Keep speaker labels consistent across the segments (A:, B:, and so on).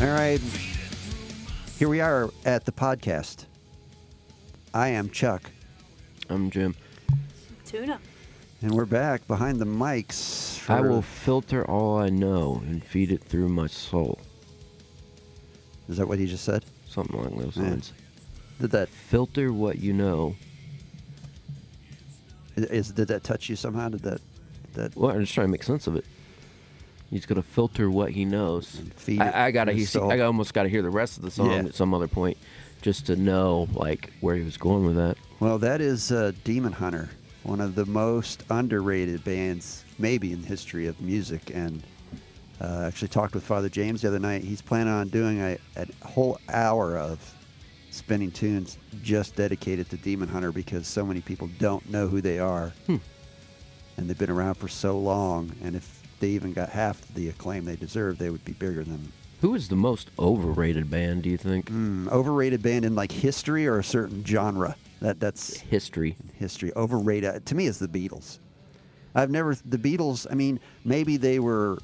A: All right. Here we are at the podcast. I am Chuck,
B: I'm Jim.
C: Tuna.
A: and we're back behind the mics. For,
B: I will filter all I know and feed it through my soul.
A: Is that what he just said?
B: Something along those
A: Yeah.
B: lines.
A: Did that
B: Filter what you know.
A: is did that touch you somehow? Did that that
B: Well, I'm just trying to make sense of it. He's gonna filter what he knows.
A: And feed it
B: I, I gotta.
A: his
B: He,
A: soul.
B: I almost gotta hear the rest of the song
A: Yeah.
B: at some other point, just to know like where he was going with that.
A: Well, that is uh, Demon Hunter, one of the most underrated bands maybe in the history of music. And uh, actually talked with Father James the other night. He's planning on doing a, a whole hour of spinning tunes just dedicated to Demon Hunter because so many people don't know who they are, and they've been around for so long. And if they even got half the acclaim they deserve, they would be bigger than
B: Who is the most overrated band? Do you think?
A: Hmm, overrated band in like history or a certain genre. That that's
B: History.
A: history. Overrated to me is the Beatles. I've never the Beatles. I mean, maybe they were.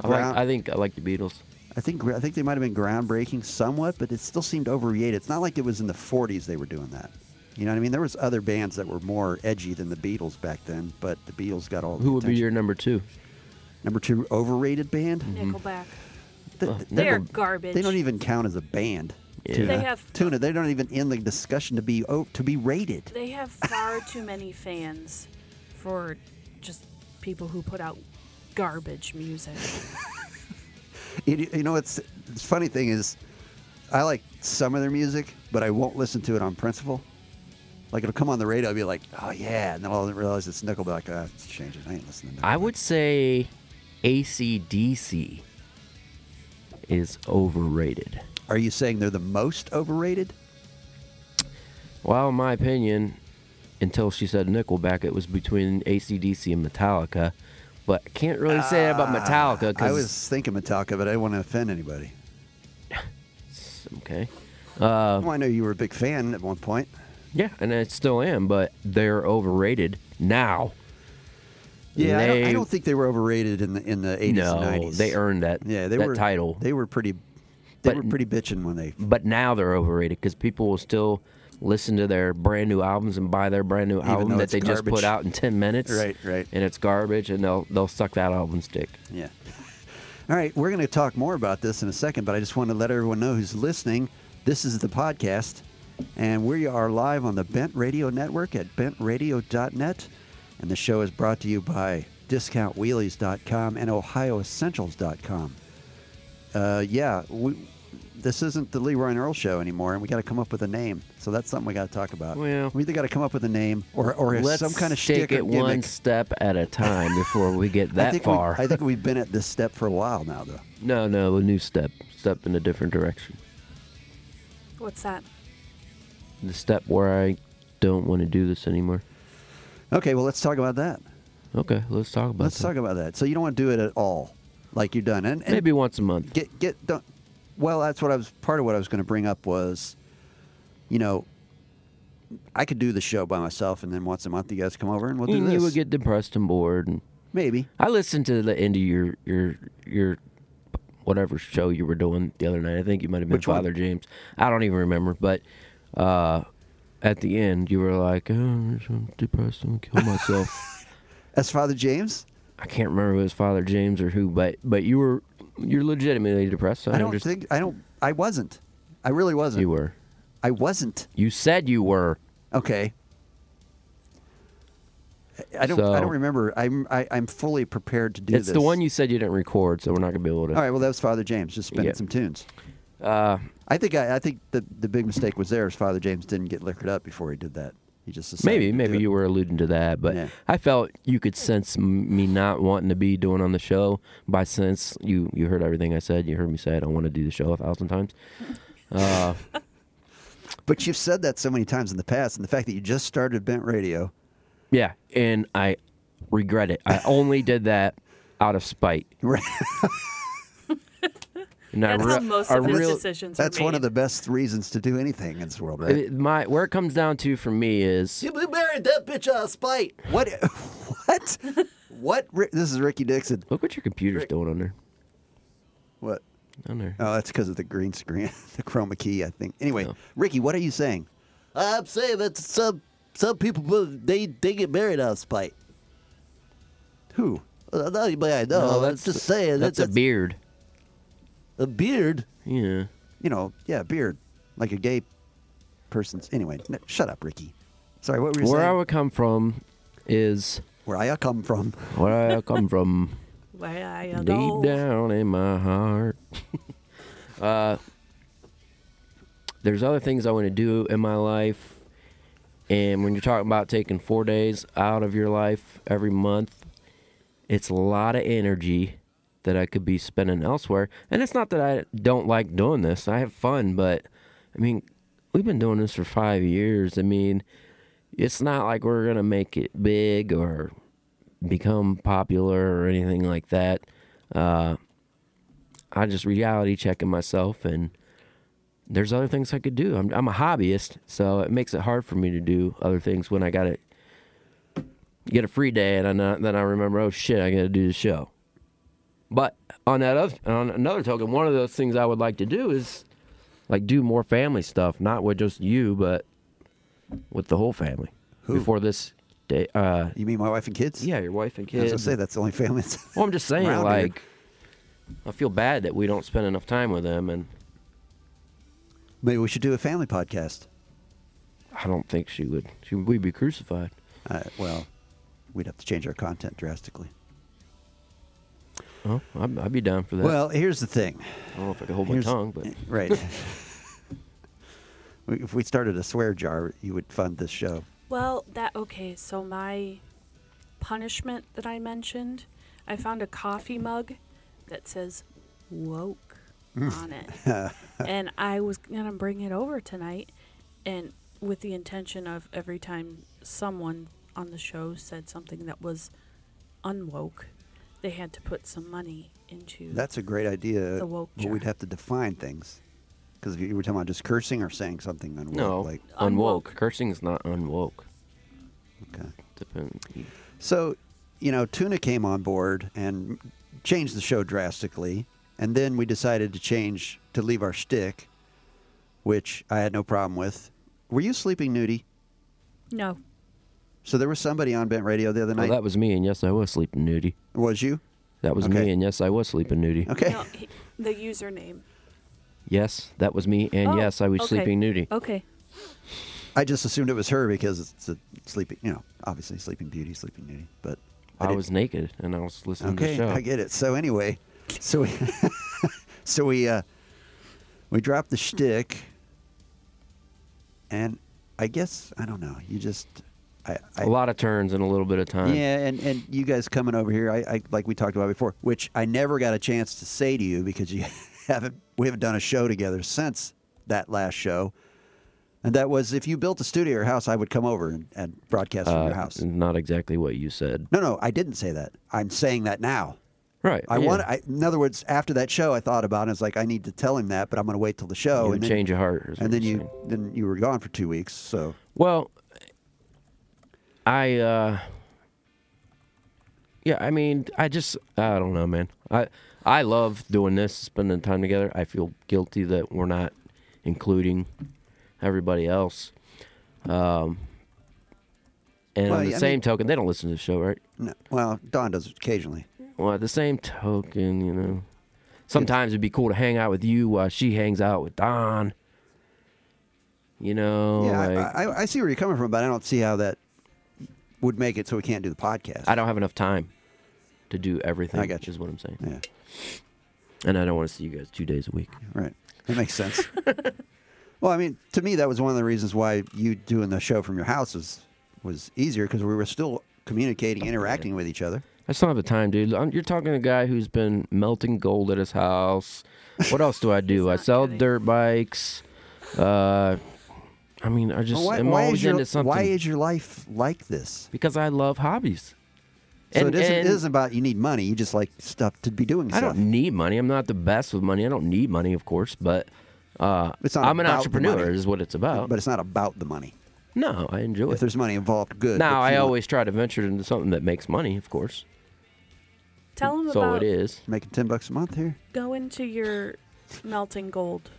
B: I, like,
A: ground-
B: I think I like the Beatles.
A: I think I think they might have been groundbreaking somewhat, but it still seemed overrated. It's not like it was in the '40s they were doing that. You know what I mean? There was other bands that were more edgy than the Beatles back then, but the Beatles got all. the
B: Who would be
A: attention.
B: your Mm. number two?
A: number two overrated band?
B: Mm-hmm.
C: Nickelback.
A: Th-
B: Uh,
A: th-
B: Nickel-
C: They're garbage.
A: They don't even count as a band.
B: Yeah.
A: Tuna.
C: They have-
A: tuna. They don't even in the discussion to be oh, to be rated.
C: They have far too many fans for just people who put out garbage music.
A: It, you know, it's the funny thing is, I like some of their music, but I won't listen to it on principle. Like it'll come on the radio, I'll be like, oh yeah, and then I'll realize it's Nickelback. Ah, it's changing. I ain't listening. to
B: I would say ACDC is overrated.
A: Are you saying they're the most overrated?
B: Well, in my opinion, until she said Nickelback, it was between ACDC and Metallica. But I can't really say that about Metallica
A: Ah, I
B: because
A: was thinking Metallica, but I didn't want to offend anybody.
B: okay, Um,
A: well, I know you were a big fan at one point.
B: yeah, and I still am. But they're overrated now.
A: Yeah, I, don't, I
B: They-
A: don't think they were overrated in the in the eighties
B: no,
A: and nineties.
B: they earned that.
A: yeah they
B: that
A: were
B: title.
A: They were pretty. They
B: But-
A: were pretty bitching when they
B: but now they're overrated because people will still listen to their brand new albums and buy their brand new
A: though
B: album that
A: it's
B: they just
A: garbage.
B: put out in 10 minutes
A: Right, right.
B: and it's garbage and they'll they'll suck that album stick
A: Yeah. All right, we're going to talk more about this in a second, but I just want to let everyone know who's listening. This is the podcast, and we are live on the Bent Radio Network at bentradio.net. And the show is brought to you by discountwheelies.com and ohioessentials.com. Uh, yeah, we, this isn't the Leroy and Earl show anymore, and we got to come up with a name. So that's something we got to talk about.
B: Well-
A: we either got to come up with a name or, or
B: let's
A: some kind of
B: take
A: shtick or
B: it one
A: gimmick.
B: step at a time before we get that
A: I think
B: far
A: We, I think we've been at this step for a while now, though.
B: no no a new step step in a different direction
C: What's that?
B: the step where i don't want to do this anymore
A: Okay, well, let's talk about that.
B: okay let's talk about
A: Let's
B: that.
A: talk about that. So you don't want to do it at all, like you're done, and, and
B: maybe once a month
A: get get don't. Well, that's what I was. Part of what I was going to bring up was, you know, I could do the show by myself, and then once a month you guys come over and we'll do
B: and
A: this.
B: you would get depressed and bored and
A: maybe.
B: I listened to the end of your your your whatever show you were doing the other night. I think you might have been
A: Which one?
B: Father James. I don't even remember, but uh, at the end you were like, oh, "I'm depressed. I'm gonna kill myself."
A: As Father James,
B: I can't remember if it was Father James or who, but but you were you're legitimately depressed. So
A: I don't
B: just,
A: think I don't. I wasn't. I really wasn't.
B: you were.
A: I wasn't.
B: You said you were.
A: Okay. I- I don't. I
B: So-
A: don't remember. I'm. I, I'm fully prepared to do
B: It's
A: this.
B: the one you said you didn't record, so we're not gonna be able to.
A: All right. Well, that was Father James just spinning
B: Yeah.
A: some tunes.
B: Uh,
A: I think I, I think the the big mistake was there is Father James didn't get liquored up before he did that. He just decided
B: Maybe,
A: to do
B: maybe
A: it.
B: you were alluding to that, but
A: Yeah.
B: I felt you could sense m- me not wanting to be doing on the show. By sense, you you heard everything I said. You heard me say I don't want to do the show a thousand times. Uh,
A: But you've said that so many times in the past, and the fact that you just started Bent Radio,
B: yeah, and I regret it. I only did that out of spite.
A: right?
B: And I
C: That's
B: rea-
C: how most
B: I
C: of his
B: real-
C: decisions are
A: That's one of the
C: made.
A: best reasons to do anything in this world, right?
B: it- Uh, my where it comes down to for me is
A: You married that bitch out of spite. What? what? what? Ri- This is Ricky Dixon.
B: look what your computer's doing on there.
A: What?
B: on there.
A: Oh, that's because of the green screen, the chroma key, I think. Anyway,
B: Oh.
A: Ricky, what are you saying? I'm saying that some some people they they get married out of spite. Who? Uh, not anybody I know. I'm just saying
B: That's, a
A: beard.
B: beard.
A: A beard.
B: Yeah.
A: You know, yeah, beard, like a gay person's. Anyway, n- shut up, Ricky. Sorry, what were you
B: Where I
A: saying?
B: would come from is
A: Where I come from.
B: where I come from.
C: Why I
B: Deep
C: know.
B: down in my heart. uh, there's other things I want to do in my life. And when you're talking about taking four days out of your life every month, it's a lot of energy that I could be spending elsewhere. And it's not that I don't like doing this, I have fun, but I mean, we've been doing this for five years. I mean, it's not like we're going to make it big or become popular or anything like that. Uh, I just reality checking myself, and there's other things I could do. I'm, I'm a hobbyist, so it makes it hard for me to do other things when I got to get a free day, and I not, then I remember, oh shit, I got to do the show. But on that other, on another token, one of those things I would like to do is like do more family stuff, not with just you, but with the whole family. Before this day, uh,
A: You mean my wife and kids?
B: yeah, your wife and
A: I was
B: kids.
A: gonna say that's the only family. that's-
B: Well, I'm just saying,
A: around here.
B: like, I feel bad that we don't spend enough time with them, and
A: Maybe we should do a family podcast.
B: I don't think she would. She we'd be crucified.
A: Uh, well, we'd have to change our content drastically.
B: Oh, I'd, I'd be down for that.
A: Well, here's the thing.
B: I don't know if I could hold my
A: Here's-
B: tongue, but
A: Right. We- if we started a swear jar, you would fund this show.
C: Well, that okay. So my punishment that I mentioned, I found a coffee mug that says "woke" on it, and I was gonna bring it over tonight, and with the intention of every time someone on the show said something that was unwoke, they had to put some money into.
A: That's a great idea.
C: The woke
A: but we'd
C: jar.
A: have to define things. Because if you were talking about just cursing or saying something, then
B: no,
A: like
B: unwoke.
C: Unwoke.
B: Cursing is not unwoke.
A: okay.
B: Depend-
A: So, you know, Tuna came on board and changed the show drastically, and then we decided to change to leave our shtick, which I had no problem with. Were you sleeping nudie?
C: No,
A: So there was somebody on Bent Radio the other
B: Well,
A: night.
B: that was me, and yes, I was sleeping nudie.
A: was you?
B: That was
A: Okay.
B: me, and yes, I was sleeping nudie.
A: Okay.
C: no, he, the username.
B: Yes, that was me, and
C: Oh,
B: yes, I was
C: okay. Oh.
B: sleeping nudie.
C: Okay.
A: I just assumed it was her because it's a sleeping, you know, obviously Sleeping Beauty, Sleeping Beauty, but
B: I
A: didn't-
B: was naked, and I was listening to the
A: okay.
B: show.
A: I get it. So anyway, so we, so we, uh, we dropped the shtick, and I guess I don't know. You just, I, I
B: A lot of turns in a little bit of time.
A: yeah, and and you guys coming over here, I, I like we talked about before, which I never got a chance to say to you because you haven't we haven't done a show together since that last show. And that was if you built a studio or house, I would come over and, and broadcast from
B: Uh,
A: your house.
B: Not exactly what you said.
A: No, no, I didn't say that. I'm saying that now.
B: Right.
A: I
B: yeah.
A: want. I, in other words, after that show, I thought about it. It's like I need to tell him that, but I'm going to wait till the show. and
B: you would
A: then,
B: change your heart. is what
A: And then
B: you're
A: you
B: saying.
A: then you were gone for two weeks. So
B: Well, I uh Yeah, I mean, I just I don't know, man. I I love doing this, spending time together. I feel guilty that we're not including everybody else. Um and
A: Well,
B: on
A: I
B: the
A: mean-
B: same token, they don't listen to the show, right?
A: no, well, Don does it occasionally.
B: Well, at the same token, you know, sometimes it'd be cool to hang out with you while she hangs out with Don. You know,
A: Yeah, I-
B: like,
A: I, I, I see where you're coming from, but I don't see how that would make it so we can't do the podcast.
B: I don't have enough time to do everything.
A: I got you.
B: Is what I'm saying.
A: Yeah,
B: And I don't want to see you guys two days a week.
A: right. That makes sense. well, I mean, to me, that was one of the reasons why you doing the show from your house was was easier because we were still communicating, interacting with each other.
B: I still have the time, dude. I'm, you're talking to a guy who's been melting gold at his house. What else do I do? I
C: not
B: sell
C: kidding.
B: dirt bikes. Uh, I mean, I just
A: Well, why,
B: am
A: why
B: always
A: is your,
B: into something
A: why is your life like this?
B: because I love hobbies.
A: So
B: And-
A: it, isn't, it
B: and-
A: isn't about you need money. You just like stuff to be doing.
B: I
A: stuff.
B: don't need money. I'm not the best with money. I don't need money, of course, but uh,
A: It's not
B: I'm an
A: about the
B: entrepreneur.
A: money.
B: Is what it's about.
A: but it's not about the money.
B: no, I enjoy
A: If
B: it.
A: there's money involved, good.
B: Now
A: but
B: I
A: you want-
B: always try to venture into something that makes money, of course.
C: Tell them
B: So
C: about
B: it is.
A: making ten bucks a month here.
C: go into your melting gold.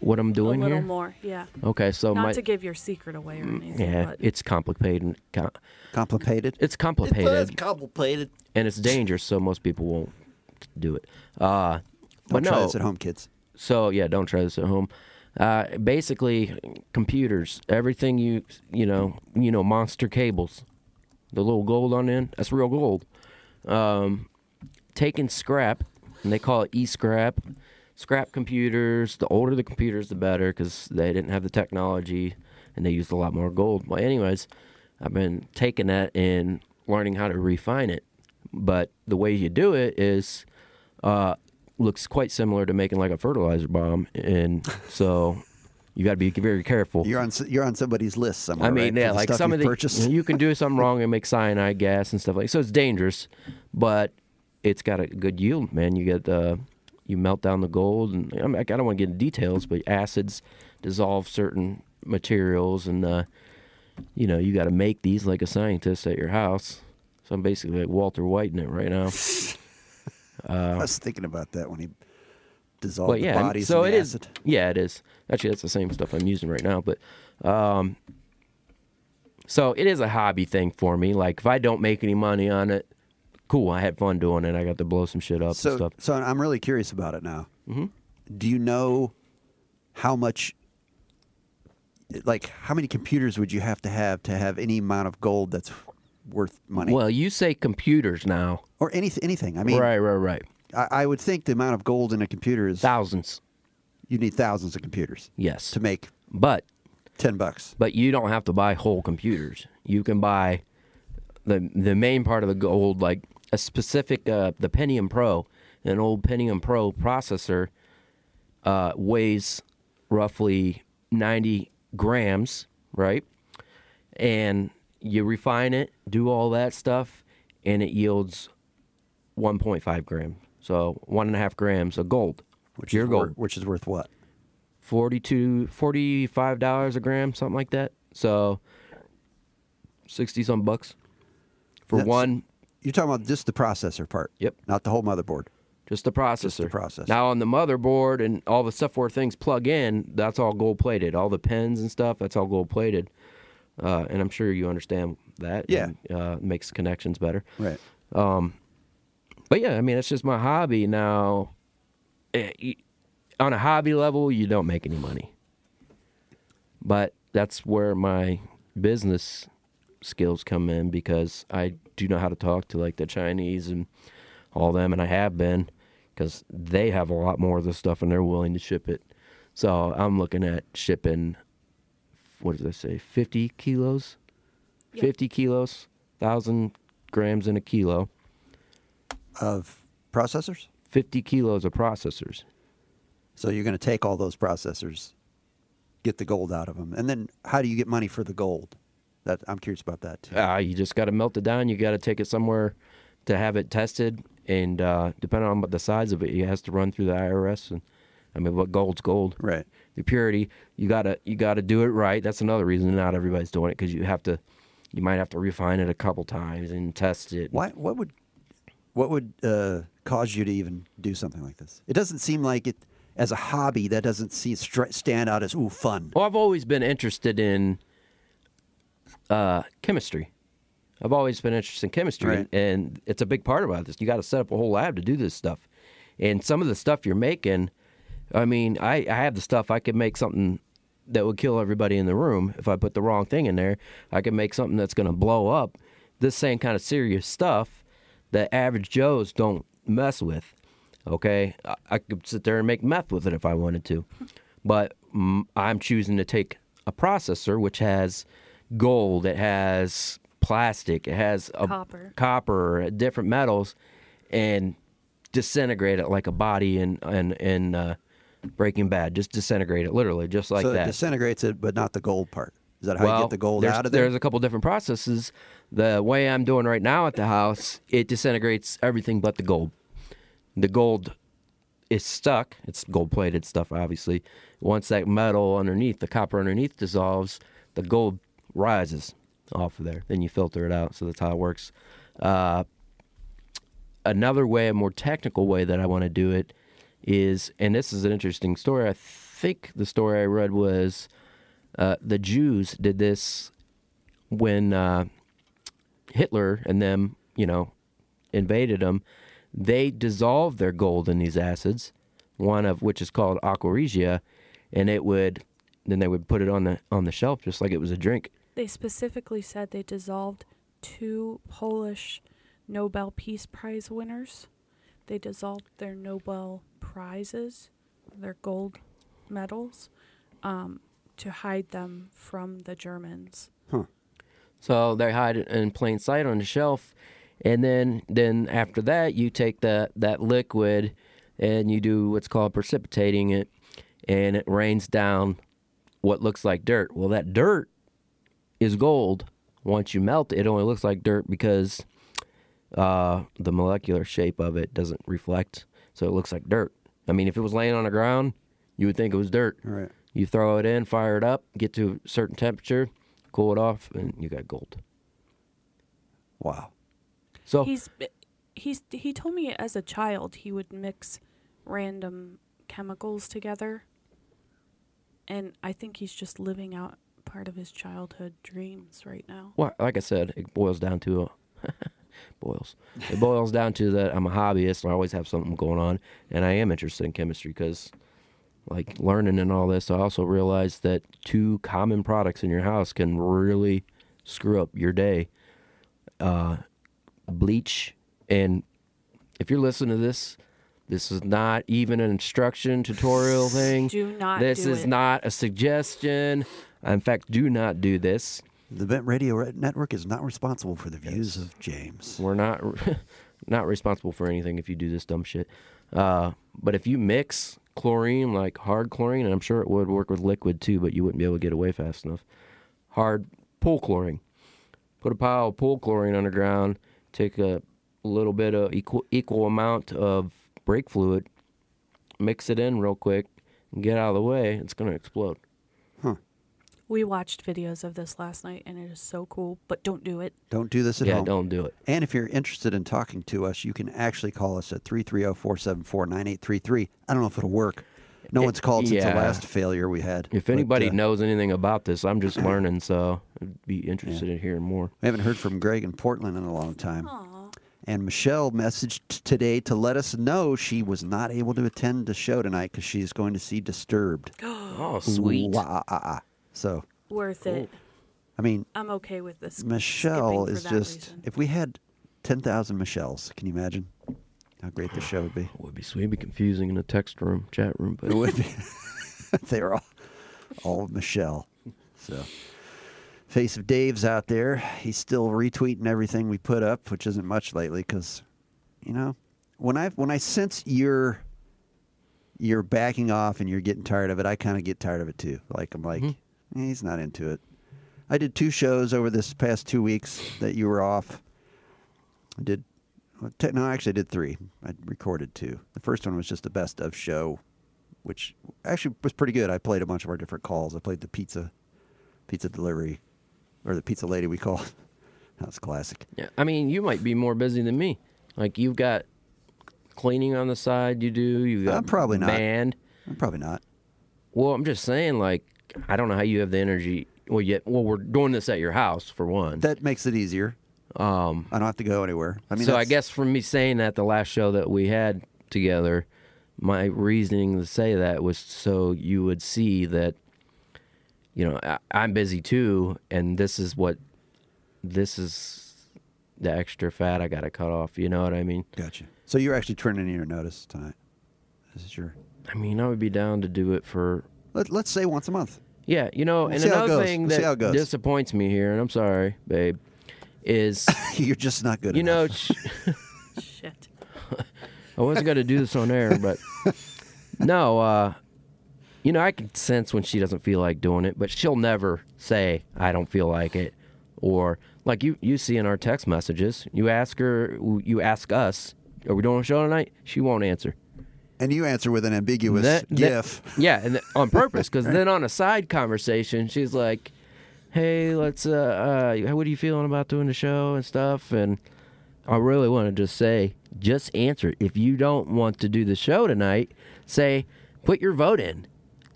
B: What I'm doing
C: a little
B: here?
C: more, yeah.
B: Okay, so
C: Not
B: my
C: to give your secret away or anything,
B: yeah,
C: but
B: it's complicated. and com-
A: Complicated.
B: It's complicated.
A: complicated.
B: and it's dangerous, so most people won't do it. Uh,
A: Don't
B: but
A: try
B: no,
A: this at home, kids.
B: so yeah, don't try this at home. Uh, basically, computers, everything you you know, you know, monster cables, the little gold on the end, that's real gold. Um, taking scrap, and they call it e-scrap. Scrap computers. The older the computers, the better, because they didn't have the technology, and they used a lot more gold. Well, anyways, I've been taking that and learning how to refine it. But the way you do it is uh, looks quite similar to making like a fertilizer bomb, and so you got to be very careful.
A: You're on s- you're on somebody's list somewhere.
B: I mean,
A: right,
B: yeah,
A: for the
B: like
A: stuff
B: some
A: you
B: of the
A: purchased.
B: you can do something wrong and make cyanide gas and stuff like so. It's dangerous, but it's got a good yield, man. You get uh, you melt down the gold, and I, mean, I don't want to get into details, but acids dissolve certain materials, and uh, you know you got to make these like a scientist at your house. So I'm basically like Walter White in it right now.
A: I was thinking about that when he dissolved
B: but yeah,
A: the
B: and
A: bodies.
B: so
A: in
B: it
A: the
B: is.
A: acid.
B: Yeah, it is. Actually, that's the same stuff I'm using right now. But um, so it is a hobby thing for me. Like if I don't make any money on it, cool. I had fun doing it. I got to blow some shit up
A: So
B: and stuff.
A: so I'm really curious about it now. Mm-hmm. Do you know how much? Like, how many computers would you have to have to have any amount of gold that's worth money,
B: Well, you say computers now,
A: or anything? Anything. I mean,
B: right? Right? Right?
A: I, I would think the amount of gold in a computer is
B: Thousands.
A: you need thousands of computers
B: Yes,
A: to make
B: but
A: ten bucks.
B: But you don't have to buy whole computers. You can buy the the main part of the gold, like a specific uh, the Pentium Pro, an old Pentium Pro processor, uh, weighs roughly ninety grams, right? And you refine it, do all that stuff, and it yields one point five grams. So one and a half grams of gold,
A: Which
B: pure
A: is
B: gold.
A: worth, which is worth what?
B: 42 45 dollars a gram something like that so 60 some bucks for
A: That's-
B: one
A: You're talking about just the processor part.
B: Yep.
A: Not the whole motherboard.
B: just the processor
A: processor.
B: now on the motherboard and all the stuff where things plug in that's all gold plated all the pins and stuff that's all gold plated uh, and i'm sure you understand that
A: Yeah.
B: and, uh, makes connections better
A: Right.
B: but yeah i mean it's just my hobby now eh, you- on a hobby level you don't make any money but that's where my business skills come in because i do know how to talk to like the chinese and all them and i have been because they have a lot more of this stuff and they're willing to ship it so i'm looking at shipping what does i say 50 kilos
C: Yeah.
B: 50 kilos 1000 grams in a kilo
A: Of processors.
B: 50 kilos of processors.
A: So you're going to take all those processors, get the gold out of them, and then how do you get money for the gold? That I'm curious about that too.
B: Uh, you just got to melt it down. You got to take it somewhere to have it tested. And uh, depending on the size of it, it has to run through the IRS. And I mean, what gold's gold.
A: Right.
B: The purity. You gotta you gotta do it right. That's another reason not everybody's doing it because you have to. You might have to refine it a couple times and test it.
A: Why? What would? What would uh, cause you to even do something like this? It doesn't seem like it as a hobby. That doesn't see stri- stand out as ooh fun.
B: Well, I've always been interested in uh, chemistry. I've always been interested in chemistry,
A: Right.
B: and it's a big part about this. You got to set up a whole lab to do this stuff, and some of the stuff you're making. I mean, I, I have the stuff. I could make something that would kill everybody in the room if I put the wrong thing in there. I could make something that's going to blow up. This same kind of serious stuff that average Joes don't mess with. Okay, I, I could sit there and make meth with it if I wanted to, but mm, I'm choosing to take a processor which has gold, it has plastic, it has a
C: Copper.
B: copper, different metals, and disintegrate it like a body in in, in uh, Breaking Bad. Just disintegrate it, literally, just like
A: so it
B: that.
A: disintegrates it, but not the gold part. Is that how
B: well,
A: you get the gold
B: there's,
A: out of
B: there's
A: there?
B: a couple different processes. The way I'm doing right now at the house, it disintegrates everything but the gold. The gold is stuck. It's gold plated stuff, obviously. Once that metal underneath, the copper underneath dissolves, the gold rises off of there. Then you filter it out. So that's how it works. Uh, another way, a more technical way that I want to do it is, and this is an interesting story. I think the story I read was uh, the Jews did this when uh, Hitler and them, you know, invaded them. They dissolved their gold in these acids, one of which is called aqua regia, and it would then they would put it on the on the shelf just like it was a drink.
C: They specifically said they dissolved two Polish Nobel Peace Prize winners. They dissolved their Nobel prizes, their gold medals, um, to hide them from the Germans.
B: So they hide it in plain sight on the shelf, and then then after that you take that that liquid, and you do what's called precipitating it, and it rains down what looks like dirt. Well, that dirt is gold. Once you melt it, it only looks like dirt because uh, the molecular shape of it doesn't reflect, so it looks like dirt. I mean, if it was laying on the ground, you would think it was dirt.
A: Right.
B: You throw it in, fire it up, get to a certain temperature, cool it off, and you got gold.
A: Wow.
B: So
C: He's he's he told me as a child he would mix random chemicals together. And I think he's just living out part of his childhood dreams right now.
B: Well, like I said, it boils down to boils. It boils down to that I'm a hobbyist and I always have something going on, and I am interested in chemistry because, like learning and all this, I also realized that two common products in your house can really screw up your day. Uh, bleach and if you're listening to this, this is not even an instruction tutorial thing.
C: Do not
B: This
C: do
B: is
C: it.
B: not a suggestion. In fact, do not do this.
A: The Bent Radio Re- Network is not responsible for the views of James.
B: We're not not responsible for anything if you do this dumb shit. Uh, but if you mix chlorine, like hard chlorine, and I'm sure it would work with liquid too, but you wouldn't be able to get away fast enough. Hard pool chlorine. Put a pile of pool chlorine underground. Take a little bit of equal equal amount of brake fluid. Mix it in real quick. And get out of the way. It's gonna explode.
C: We watched videos of this last night and it is so cool, but don't do it.
A: Don't do this at
B: yeah,
A: home.
B: don't do it.
A: And if you're interested in talking to us, you can actually call us at oh, 330 474 9833. I don't know if it'll work. No one's called since the
B: yeah.
A: last failure we had.
B: If
A: But,
B: anybody
A: uh,
B: knows anything about this, I'm just learning, so I'd be interested in hearing more.
A: We haven't heard from Greg in Portland in a long time. And Michelle messaged t- today to let us know she was not able to attend the show tonight because she's going to see Disturbed.
B: Oh, sweet.
A: Wah, ah, ah, ah. So,
C: Worth it.
A: I mean,
C: I'm okay with this.
A: Michelle
C: skipping for
A: is
C: that
A: just,
C: reason.
A: if we had 10,000 Michelles, can you imagine how great the show would be?
B: Would be sweet. It'd be confusing in a text room, chat room, but
A: It would be. they were all, all Michelle. So, face of Dave's out there. He's still retweeting everything we put up, which isn't much lately because, you know, when I when I sense you're you're backing off and you're getting tired of it, I kind of get tired of it too. Like I'm like, "Eh, he's not into it. I did two shows over this past two weeks that you were off. I did. well, te- No, actually, I did three. I recorded two. The first one was just the best of show, which actually was pretty good. I played a bunch of our different calls. I played the pizza, pizza delivery, or the pizza lady we call. that was classic.
B: yeah, I mean, you might be more busy than me. Like you've got cleaning on the side. You do. You got
A: I'm Uh, probably not.
B: band.
A: Probably not.
B: Well, I'm just saying. Like I don't know how you have the energy. Well, yet, well, we're doing this at your house for one.
A: That makes it easier. Um, I don't have to go anywhere. I mean,
B: so I
A: that's-
B: guess from me saying that the last show that we had together, my reasoning to say that was so you would see that, you know, I, I'm busy too, and this is what, this is the extra fat I got to cut off. You know what I mean?
A: Gotcha. So you're actually turning in your notice tonight. This is your.
B: I mean, I would be down to do it for.
A: Let, let's say once a month.
B: Yeah, you know, and
A: see how it
B: another
A: goes.
B: thing
A: We'll see how it
B: that
A: goes.
B: disappoints me here, and I'm sorry, babe, is
A: you're just not good.
B: you
A: enough.
B: know, sh-
C: Shit.
B: I wasn't gonna do this on air, but no, uh, you know, I can sense when she doesn't feel like doing it, but she'll never say I don't feel like it, or like you you see in our text messages, you ask her, you ask us, are we doing a show tonight? She won't answer.
A: And you answer with an ambiguous
B: That- that-
A: gif.
B: yeah, and th- on purpose, because then on a side conversation, she's like, "Hey, let's. Uh, uh, what are you feeling about doing the show and stuff?" And I really want to just say, Just answer. it. If you don't want to do the show tonight, say put your vote in.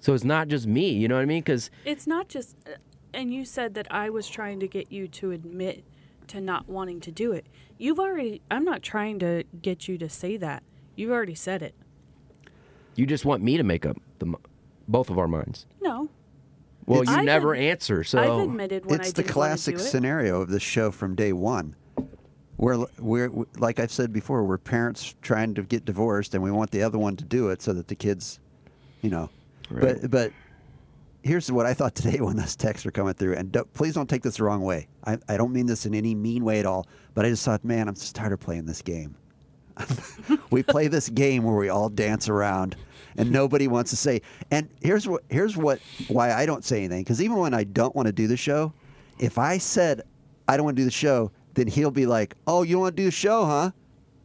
B: So it's not just me. You know what I mean? Because
C: It's not just, uh, and you said that I was trying to get you to admit to not wanting to do it. You've already, I'm not trying to get you to say that. You've already said it.
B: you just want me to make up the m- both of our minds.
C: No.
B: Well,
A: It's-
B: you
C: I've
B: never
C: ad-
B: answer. So
C: I've admitted when I
A: it's the
C: didn't
A: classic
C: want to do it.
A: scenario of this show from day one. We're, we're like I've said before, we're parents trying to get divorced, and we want the other one to do it so that the kids, you know. But
B: Right.
A: but here's what I thought today when those texts were coming through, and don't, please don't take this the wrong way. I, I don't mean this in any mean way at all, but I just thought, man, I'm just tired of playing this game. we play this game where we all dance around and nobody wants to say and here's what here's what why i don't say anything because even when i don't want to do the show if i said i don't want to do the show then he'll be like oh you don't want to do the show huh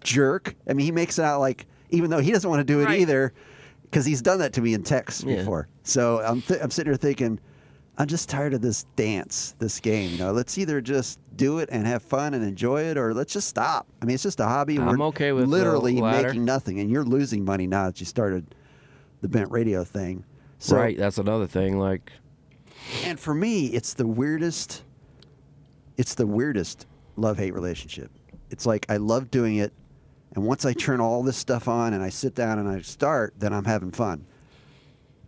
A: jerk i mean he makes it out like even though he doesn't want to do it
C: Right.
A: either because he's done that to me in text
B: Yeah.
A: before so i'm, th- I'm sitting here thinking i'm just tired of this dance this game you know let's either just do it and have fun and enjoy it or let's just stop i mean it's just a hobby
B: I'm
A: we're
B: okay with the
A: literally
B: latter.
A: making nothing, and you're losing money now that you started the bent radio thing. So,
B: right, that's another thing. Like
A: And for me, it's the weirdest. It's the weirdest love hate relationship. It's like I love doing it, and once I turn all this stuff on and I sit down and I start, then I'm having fun.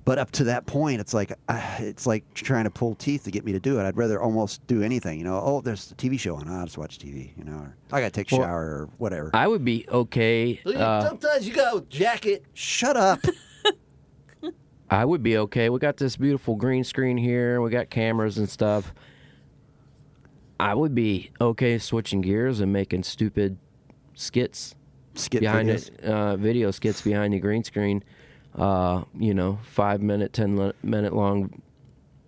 A: But up to that point, it's like uh, it's like trying to pull teeth to get me to do it. I'd rather almost do anything, you know. Oh, there's a TV show on. I'll just watch TV, you know. Or I gotta take a
B: Well,
A: shower or whatever.
B: I would be okay. Uh,
A: Sometimes you got jacket. Shut up.
B: I would be okay. We got this beautiful green screen here. We got cameras and stuff. I would be okay switching gears and making stupid skits
A: Skip
B: behind
A: videos.
B: it, uh, video skits behind the green screen. Uh, you know, five minute, ten li- minute long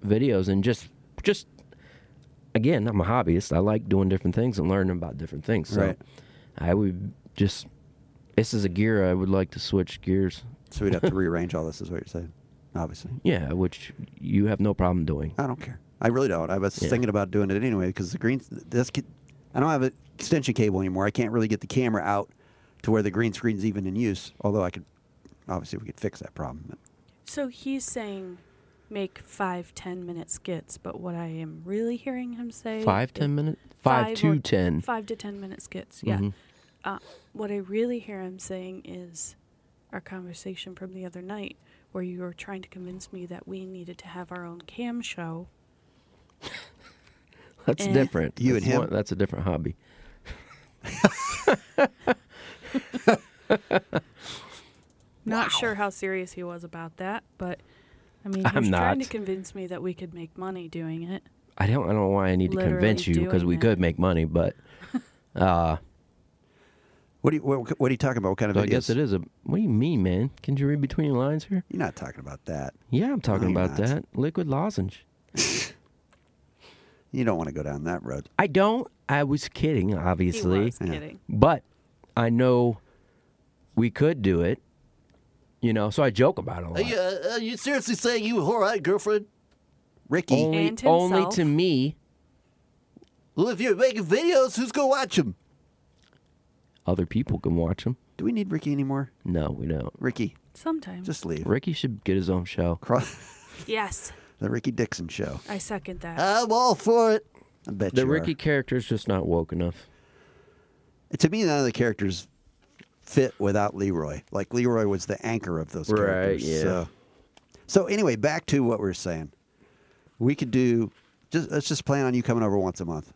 B: videos, and just, just again, I'm a hobbyist. I like doing different things and learning about different things. So
A: Right.
B: I would just. This is a gear I would like to switch gears.
A: So we'd have to rearrange all this, is what you're saying. Obviously,
B: Yeah, which you have no problem doing.
A: I don't care. I really don't. I was
B: Yeah.
A: thinking about doing it anyway because the green. This kid, I don't have an extension cable anymore. I can't really get the camera out to where the green screen's even in use. Although I could, obviously, we could fix that problem.
C: So he's saying make five, ten minute skits, but what I am really hearing him say
B: Five ten minutes. Five,
C: Five
B: to
C: or-
B: ten.
C: five to ten minute skits. Yeah.
B: Mhm.
C: Uh, what I really hear him saying is our conversation from the other night, where you were trying to convince me that we needed to have our own cam show.
B: That's
C: Eh.
B: different.
A: You
B: that's
A: and him?
B: one- that's a different hobby.
C: Not sure how serious he was about that, but I mean, he
B: I'm
C: was trying to
B: not.
C: convince me that we could make money doing it.
B: I don't. I don't know why I need to
C: Literally
B: convince you because
C: doing
B: we
C: that.
B: could make money, but uh,
A: What do you? What, what are you talking about? What kind of?
B: so I
A: videos?
B: guess it is a. What do you mean, man? Can you read between the lines here?
A: You're not talking about that.
B: Yeah, I'm talking
A: you're
B: about
A: not.
B: that liquid lozenge.
A: You don't want to go down that road.
B: I don't. I was kidding, obviously.
C: he was
A: Yeah.
C: kidding.
B: but I know we could do it. You know, so I joke about it a lot.
A: uh, are you seriously saying you whore out girlfriend? Ricky,
B: Only,
C: And
B: only
C: himself.
B: to me,
A: well, if you're making videos, who's gonna watch them?
B: other people can watch them.
A: Do we need Ricky anymore?
B: No, we don't.
A: Ricky,
C: Sometimes.
A: just leave.
B: Ricky should get his own show.
A: Cross
C: yes,
A: the Ricky Dixon show.
C: I second that.
A: I'm all for it. I bet
B: The
A: you
B: Ricky
A: are.
B: character's just not woke enough.
A: To me, none of the characters fit without Leroy. Like Leroy was the anchor of those
B: Right,
A: characters.
B: yeah.
A: So, so anyway, back to what we are saying. We could do. Just let's just plan on you coming over once a month.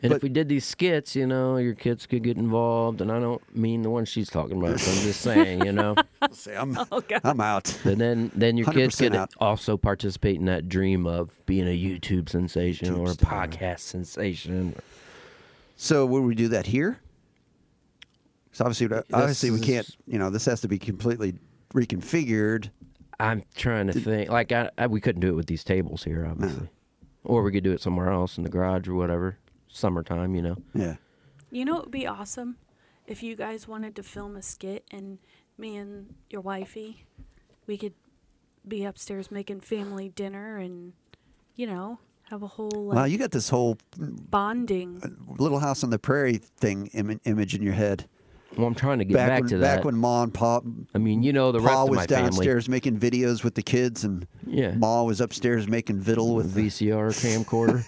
B: And
A: But-
B: if we did these skits, you know, your kids could get involved. And I don't mean the one she's talking about. so I'm just saying, you know.
A: Say I'm, Oh,
C: God.
A: I'm out.
B: And then, then your kids
A: 100%
B: could
A: out.
B: also participate in that dream of being a YouTube sensation
A: YouTube
B: or a
A: star.
B: podcast sensation.
A: So would we do that here? So obviously, obviously we
B: is-
A: can't. You know, this has to be completely reconfigured.
B: I'm trying to think. Like, I, I, we couldn't do it with these tables here,
A: Uh-huh.
B: obviously. Or we could do it somewhere else in the garage or whatever. Summertime, you know.
A: Yeah.
C: You know, it would be awesome if you guys wanted to film a skit and me and your wifey, we could be upstairs making family dinner and, you know, have a whole like,
A: Wow, you got this whole
C: bonding.
A: uh, Little House on the Prairie thing Im- image in your head.
B: Well, I'm trying to get back,
A: when,
B: to that.
A: back when Ma and Pop
B: I mean, you know the
A: Pa
B: rest of
A: was
B: my
A: downstairs making videos with the kids, and
B: Yeah.
A: Ma was upstairs making vidle with
B: family.
A: the.
B: VCR camcorder.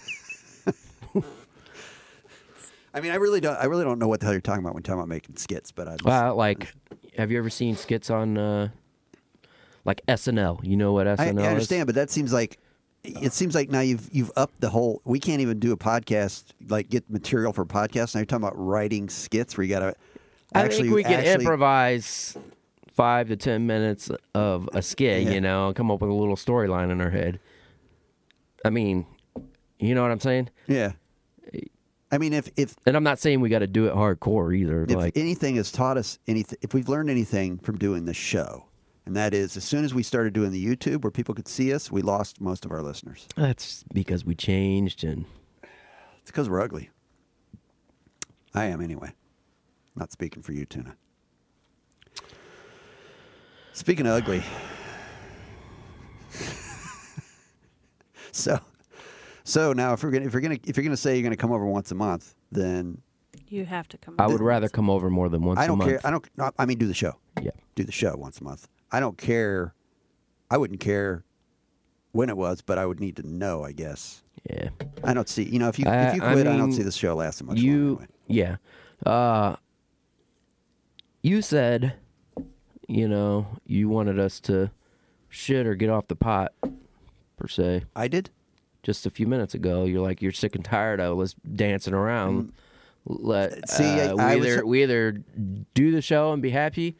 A: I mean, I really don't. I really don't know what the hell you're talking about when you're talking about making skits, but I. Just,
B: Well, like, have you ever seen skits on uh, like SNL? You know what SNL
A: I, I
B: is?
A: understand, but that seems like it seems like now you've you've upped the whole. We can't even do a podcast like get material for podcasts. Now you're talking about writing skits where you got to.
B: I
A: actually,
B: think we can
A: actually,
B: improvise five to ten minutes of a skit,
A: Yeah.
B: you know, and come up with a little storyline in our head. I mean, you know what I'm saying?
A: Yeah. I mean, if if
B: And I'm not saying we got to do it hardcore either.
A: if
B: like,
A: anything has taught us anything, if we've learned anything from doing this show, and that is, as soon as we started doing the YouTube where people could see us, we lost most of our listeners.
B: that's because we changed and
A: It's because we're ugly. I am anyway. Not speaking for you, Tuna. Speaking of ugly. so so now if we're gonna if you're gonna if you're gonna say you're gonna come over once a month, then
C: You have to come.
B: I
C: up
B: would
C: with
B: rather come over more than once
A: I don't
B: a month.
A: care I don't I mean do the show.
B: yeah.
A: do the show once a month. I don't care. I wouldn't care when it was, but I would need to know, I guess.
B: Yeah.
A: I don't see, you know, if you
B: I-
A: if you
B: I
A: quit, I, don't
B: mean,
A: see the show lasting much
B: you
A: longer. Anyway.
B: yeah uh you said you know you wanted us to shit or get off the pot per se
A: I did.
B: just a few minutes ago you're like you're sick and tired of us dancing around let
A: Mm. See, I-
B: uh, we
A: I was-
B: either we either do the show and be happy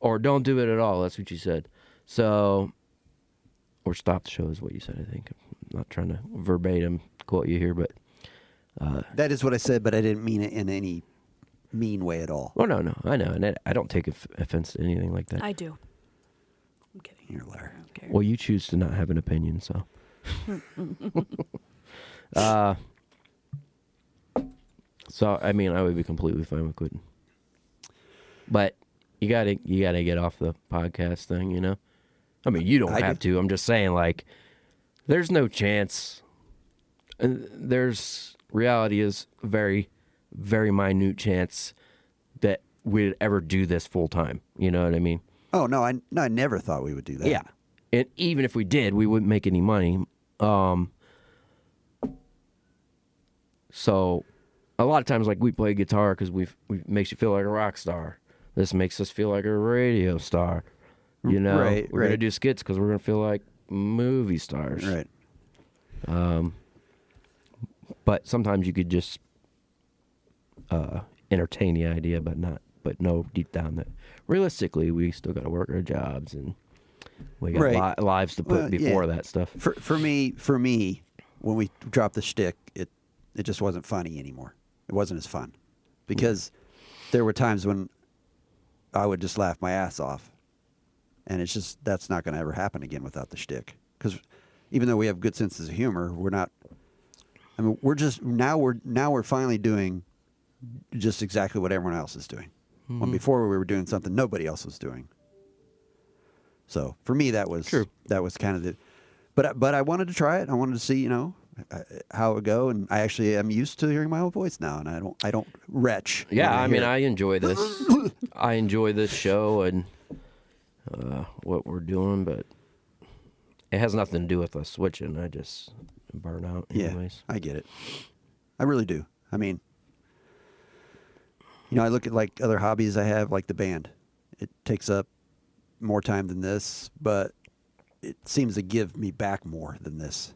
B: or don't do it at all that's what you said so or stop the show is what you said i think i'm not trying to verbatim quote you here but
A: That is what I said, but I didn't mean it in any mean way at all.
B: Oh no, no, I know, and I, I don't take off- offense to anything like that.
C: I do. I'm kidding.
A: You're a liar.
C: I don't care.
B: well, you choose to not have an opinion, so. uh, so I mean, I would be completely fine with quitting, but you gotta you gotta get off the podcast thing, you know. I mean, you don't
A: I
B: have to. I'm just saying, like, there's no chance. And there's reality is very, very minute chance that we'd ever do this full time. You know what I mean?
A: Oh no, I no, I never thought we would do that.
B: Yeah. And even if we did, we wouldn't make any money. Um so a lot of times like we play guitar cuz we we makes you feel like a rock star. This makes us feel like a radio star. You know,
A: Right,
B: we're going to
A: right.
B: do skits cuz we're going to feel like movie stars.
A: Right.
B: But sometimes you could just uh entertain the idea but not but know deep down that realistically we still got to work our jobs and we got
A: Right.
B: li- lives to put
A: Well, yeah.
B: before that stuff.
A: For for me, for me, when we dropped the shtick, it it just wasn't funny anymore. It wasn't as fun because there were times when I would just laugh my ass off, and it's just that's not going to ever happen again without the shtick. Because even though we have good senses of humor, we're not. I mean, we're just now we're now we're finally doing just exactly what everyone else is doing. When
B: Mm-hmm.
A: before we were doing something nobody else was doing. So for me, that was
B: True.
A: that was kind of the, but I- but I wanted to try it. I wanted to see you know uh, how it go, and I actually am used to hearing my own voice now, and I don't I don't retch. when
B: Yeah, I mean,
A: hear it.
B: I enjoy this. I enjoy this show and uh, what we're doing, but it has nothing to do with us switching. I just burn out, anyways.
A: I get it. I really do. I mean, you know, I look at like other hobbies I have, like the band. It takes up more time than this, but it seems to give me back more than this.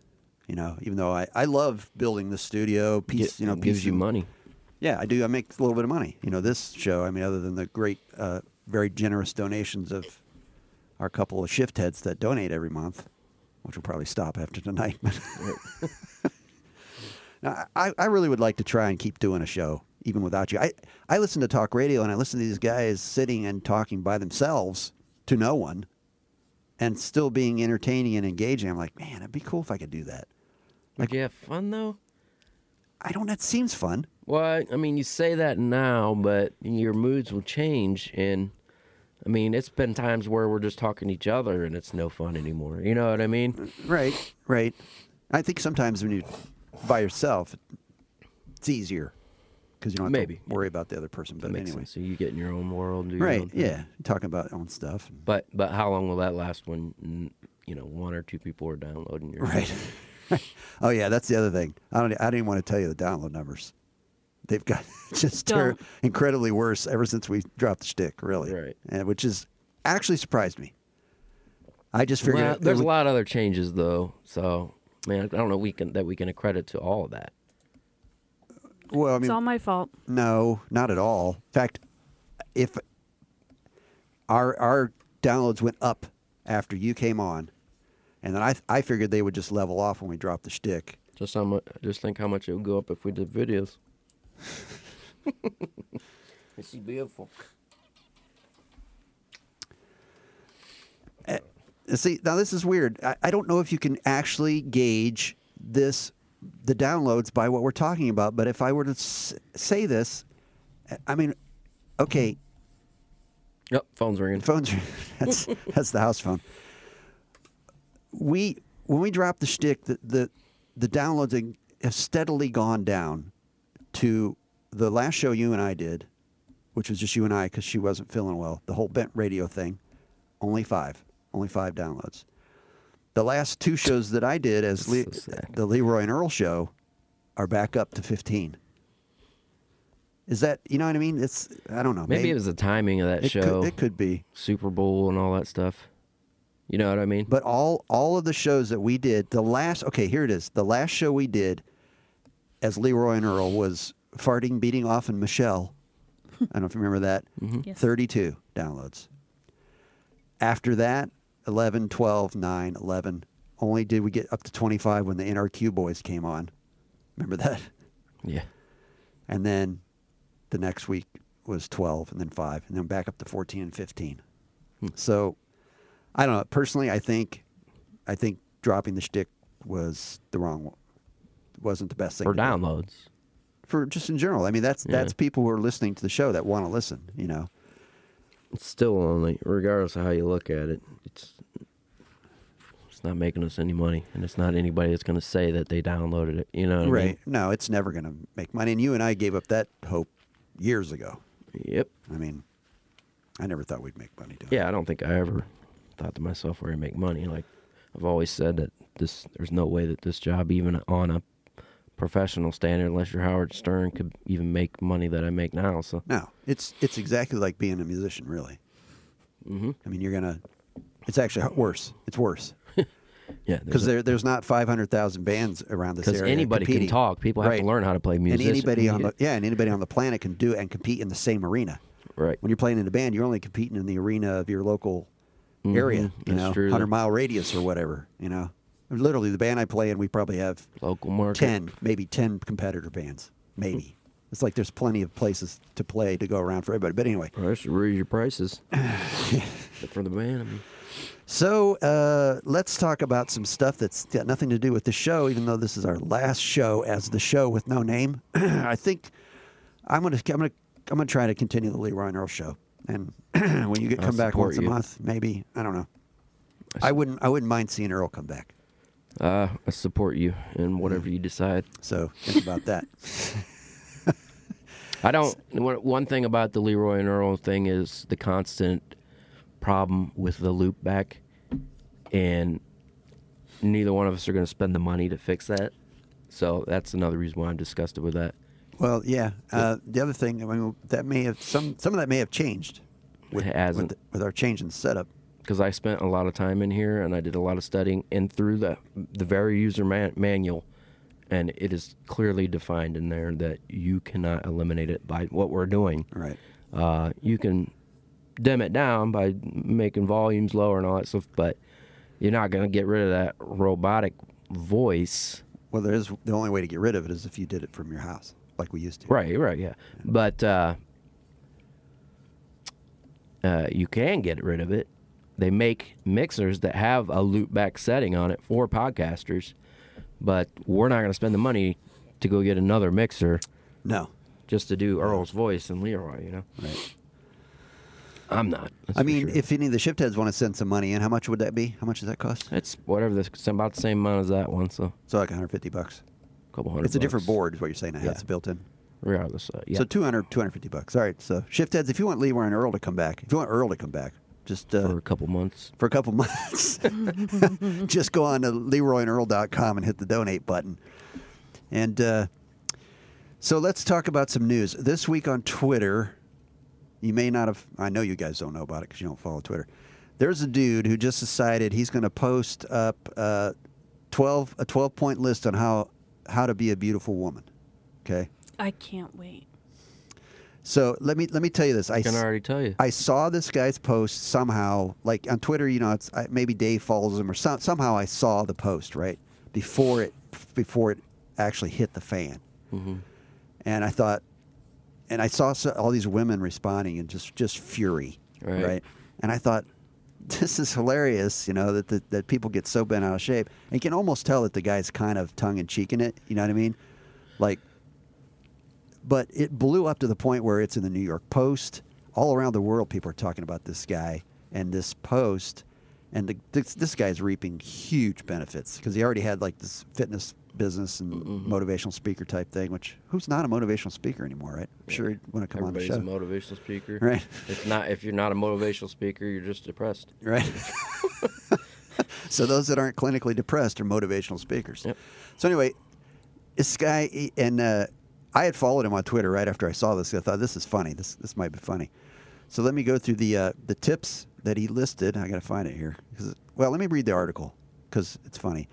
A: You know, even though I, I love building the studio, piece,
B: Gi-
A: you know,
B: gives
A: piece
B: you
A: and-
B: money.
A: Yeah, I do. I make a little bit of money. You know, this show, I mean, other than the great, uh, very generous donations of our couple of shift heads that donate every month, which will probably stop after tonight. now, I, I really would like to try and keep doing a show even without you. I, I listen to talk radio and I listen to these guys sitting and talking by themselves to no one and still being entertaining and engaging. I'm like, man, it'd be cool if I could do that.
B: Like, you have fun though.
A: I don't, that seems fun.
B: Well, I- I mean, you say that now, but your moods will change, and I mean, it's been times where we're just talking to each other, and it's no fun anymore. You know what I mean?
A: Right, right. I think sometimes when you're by yourself, it's easier. because you don't have
B: Maybe.
A: to worry about the other person.
B: That
A: But
B: makes
A: anyway,
B: sense. So you get in your own world, do your own
A: right?
B: thing.
A: Yeah, talking about own stuff.
B: But but how long will that last when mm, you know one or two people are downloading your
A: Right. oh yeah, that's the other thing. I don't. I didn't want to tell you the download numbers. They've got just ter-
C: Don't.
A: incredibly worse ever since we dropped the shtick, really.
B: Right.
A: And which is actually surprised me. I just figured
B: Well,
A: it
B: there's
A: would-
B: a lot of other changes though. So man, I don't know we can that we can accredit to all of that.
A: Well, I
C: it's
A: mean,
C: all my fault.
A: no, not at all. In fact, if our our downloads went up after you came on, and then I I figured they would just level off when we dropped the shtick.
B: Just how much? Just think how much it would go up if we did videos. this is beautiful.
A: See, now this is weird. I, I don't know if you can actually gauge this, the downloads by what we're talking about. But if I were to s- say this, I- I mean, okay,
B: Yep, phone's ringing.
A: phones. are- That's that's the house phone. We when we dropped the shtick, the the, the downloads have steadily gone down to the last show you and I did, which was just you and I because she wasn't feeling well. The whole bent radio thing, only five, only five downloads. The last two shows that I did as Le-
B: so sad.
A: the Leroy and Earl show are back up to fifteen. Is that you know what I mean? It's I don't know.
B: Maybe, it was the timing of that
A: it
B: show,
A: could, it could be.
B: Super Bowl and all that stuff. You know what I mean?
A: But all all of the shows that we did, the last okay, here it is. The last show we did as Leroy and Earl was farting, beating off, and Michelle. I don't know if you remember that.
C: Yes.
A: 32 downloads. After that, 11, 12, 9, 11. Only did we get up to 25 when the NRQ boys came on. Remember that?
B: yeah,
A: And then the next week was 12 and then 5 and then back up to 14 and 15.
B: Hmm.
A: So I don't know. Personally, I think I think dropping the shtick was the wrong one. Wasn't the best thing
B: for
A: to do.
B: downloads.
A: for just in general. I mean, that's
B: Yeah.
A: that's people who are listening to the show that want to listen, you know.
B: It's still only, regardless of how you look at it, it's it's not making us any money, and it's not anybody that's going to say that they downloaded it. You know what
A: right. No, it's never going to make money and you and I gave up that hope years ago.
B: I mean? Yep.
A: I mean, I never thought we'd make money doing it.
B: Yeah, I don't think I ever thought to myself where I make money. Like I've always said that this there's no way that this job even on a professional standard unless you're Howard Stern could even make money that I make now. So
A: No, it's it's exactly like being a musician, really. Mm-hmm. I mean, you're gonna. It's actually worse. It's worse
B: yeah,
A: because
B: because
A: there there's not 500,000 bands around this area.
B: anybody can
A: competing.
B: talk. People have
A: Right.
B: to learn how to play
A: and
B: music.
A: anybody on the yeah, and anybody on the planet can do it and compete in the same arena.
B: right.
A: When you're playing in a band, you're only competing in the arena of your local area, you
B: Mm-hmm. That's
A: know,
B: true.
A: 100 mile radius or whatever. You know, literally the band I play in, we probably have
B: Local market.
A: 10, maybe 10 competitor bands. Maybe.
B: Hmm.
A: It's like there's plenty of places to play to go around for everybody. But anyway,
B: I should raise your prices for the band. I mean,
A: so uh, let's talk about some stuff that's got nothing to do with the show, even though this is our last show as the show with no name. I think I'm gonna I'm gonna I'm gonna try to continue the Leroy and Earl show, and when you get
B: I'll
A: come back
B: support
A: once a
B: you.
A: month, maybe I don't know. I wouldn't I wouldn't mind seeing Earl come back.
B: uh, I support you in whatever you decide.
A: So think about that.
B: I don't. One one thing about the Leroy and Earl thing is the constant problem with the loop back, and neither one of us are going to spend the money to fix that. So that's another reason why I'm disgusted with that.
A: Well, yeah. Uh, the other thing, I mean, that may have some some of that may have changed with
B: It hasn't.
A: with, the- with our change in setup.
B: because I spent a lot of time in here and I did a lot of studying and through the the very user man- manual, and it is clearly defined in there that you cannot eliminate it by what we're doing.
A: Right.
B: Uh, you can dim it down by making volumes lower and all that stuff, but you're not going to get rid of that robotic voice.
A: Well, there is the only way to get rid of it is if you did it from your house, like we used to.
B: Right, right, yeah. But uh, uh, you can get rid of it. They make mixers that have a loopback setting on it for podcasters, but we're not going to spend the money to go get another mixer
A: No.
B: just to do Earl's voice and Leroy. You know,
A: Right.
B: I'm not. that's
A: I
B: for
A: mean,
B: sure.
A: if any of the shift heads want to send some money in, how much would that be? How much does that cost?
B: it's whatever, this it's about the same amount as that one, so
A: So like 150 bucks.
B: a couple hundred.
A: It's a different
B: bucks.
A: board, is what you're saying. It
B: Yeah.
A: has built in.
B: regardless. Uh, yeah.
A: So 200, 250 bucks. All right. So shift heads, if you want Leeway and Earl to come back, if you want Earl to come back, just uh,
B: for a couple months.
A: for a couple months. Just go on to leroyandearl.com and hit the donate button. And uh, so let's talk about some news. This week on Twitter, you may not have, I know you guys don't know about it because you don't follow Twitter. There's a dude who just decided he's going to post up uh, 12, a 12 point list on how, how to be a beautiful woman. Okay.
C: I can't wait.
A: So let me let me tell you this. I
B: Can
A: s-
B: I already tell you?
A: I saw this guy's post somehow, like on Twitter. You know, it's I, maybe Dave follows him or some, somehow I saw the post right before it before it actually hit the fan, and I thought, and I saw so, all these women responding in just just fury,
B: Right.
A: And I thought, this is hilarious. You know that that, that people get so bent out of shape, and you can almost tell that the guy's kind of tongue in cheek in it. You know what I mean? Like but it blew up to the point where it's in the New York Post. All around the world, people are talking about this guy and this post, and the, this, this guy's reaping huge benefits because he already had like this fitness business and motivational speaker type thing. Which who's not a motivational speaker anymore, right? I'm sure he'd want to come
B: Everybody's a
A: on the show,
B: motivational speaker.
A: right?
B: If not, if you're not a motivational speaker, you're just depressed.
A: Right. so those that aren't clinically depressed are motivational speakers.
B: Yep.
A: So anyway, this guy he- and uh, I had followed him on Twitter right after I saw this. I thought this is funny. This this might be funny. So let me go through the uh, the tips that he listed. I got to find it here. 'Cause- Well, let me read the article because it's funny.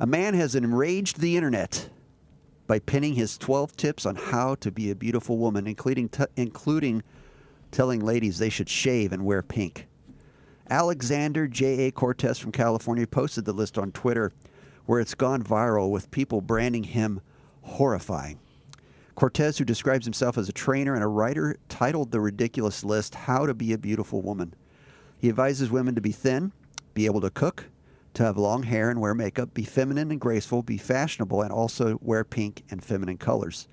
A: A man has enraged the internet by pinning his 12 tips on how to be a beautiful woman, including t- including telling ladies they should shave and wear pink. Alexander J.A. Cortez from California posted the list on Twitter, where it's gone viral with people branding him horrifying. Cortez, who describes himself as a trainer and a writer, titled the ridiculous list How to Be a Beautiful Woman. He advises women to be thin, be able to cook, to have long hair and wear makeup, be feminine and graceful, be fashionable, and also wear pink and feminine colors.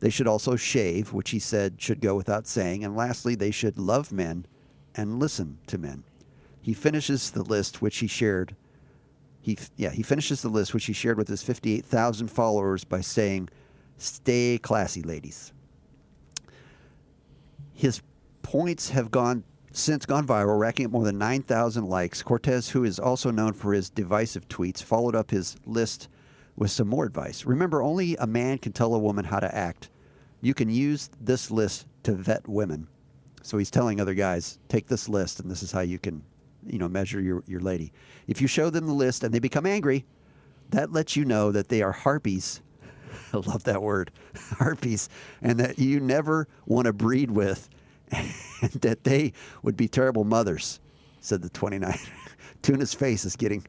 A: They should also shave, which he said should go without saying. And lastly, they should love men and listen to men. He finishes the list, which he shared he f- yeah he finishes the list which he shared with his 58,000 followers by saying stay classy ladies his points have gone since gone viral racking up more than 9,000 likes cortez who is also known for his divisive tweets followed up his list with some more advice remember only a man can tell a woman how to act you can use this list to vet women so he's telling other guys, take this list, and this is how you can, you know, measure your, your lady. If you show them the list and they become angry, that lets you know that they are harpies. I love that word, harpies, and that you never want to breed with, and that they would be terrible mothers, said the 29. Tuna's face is getting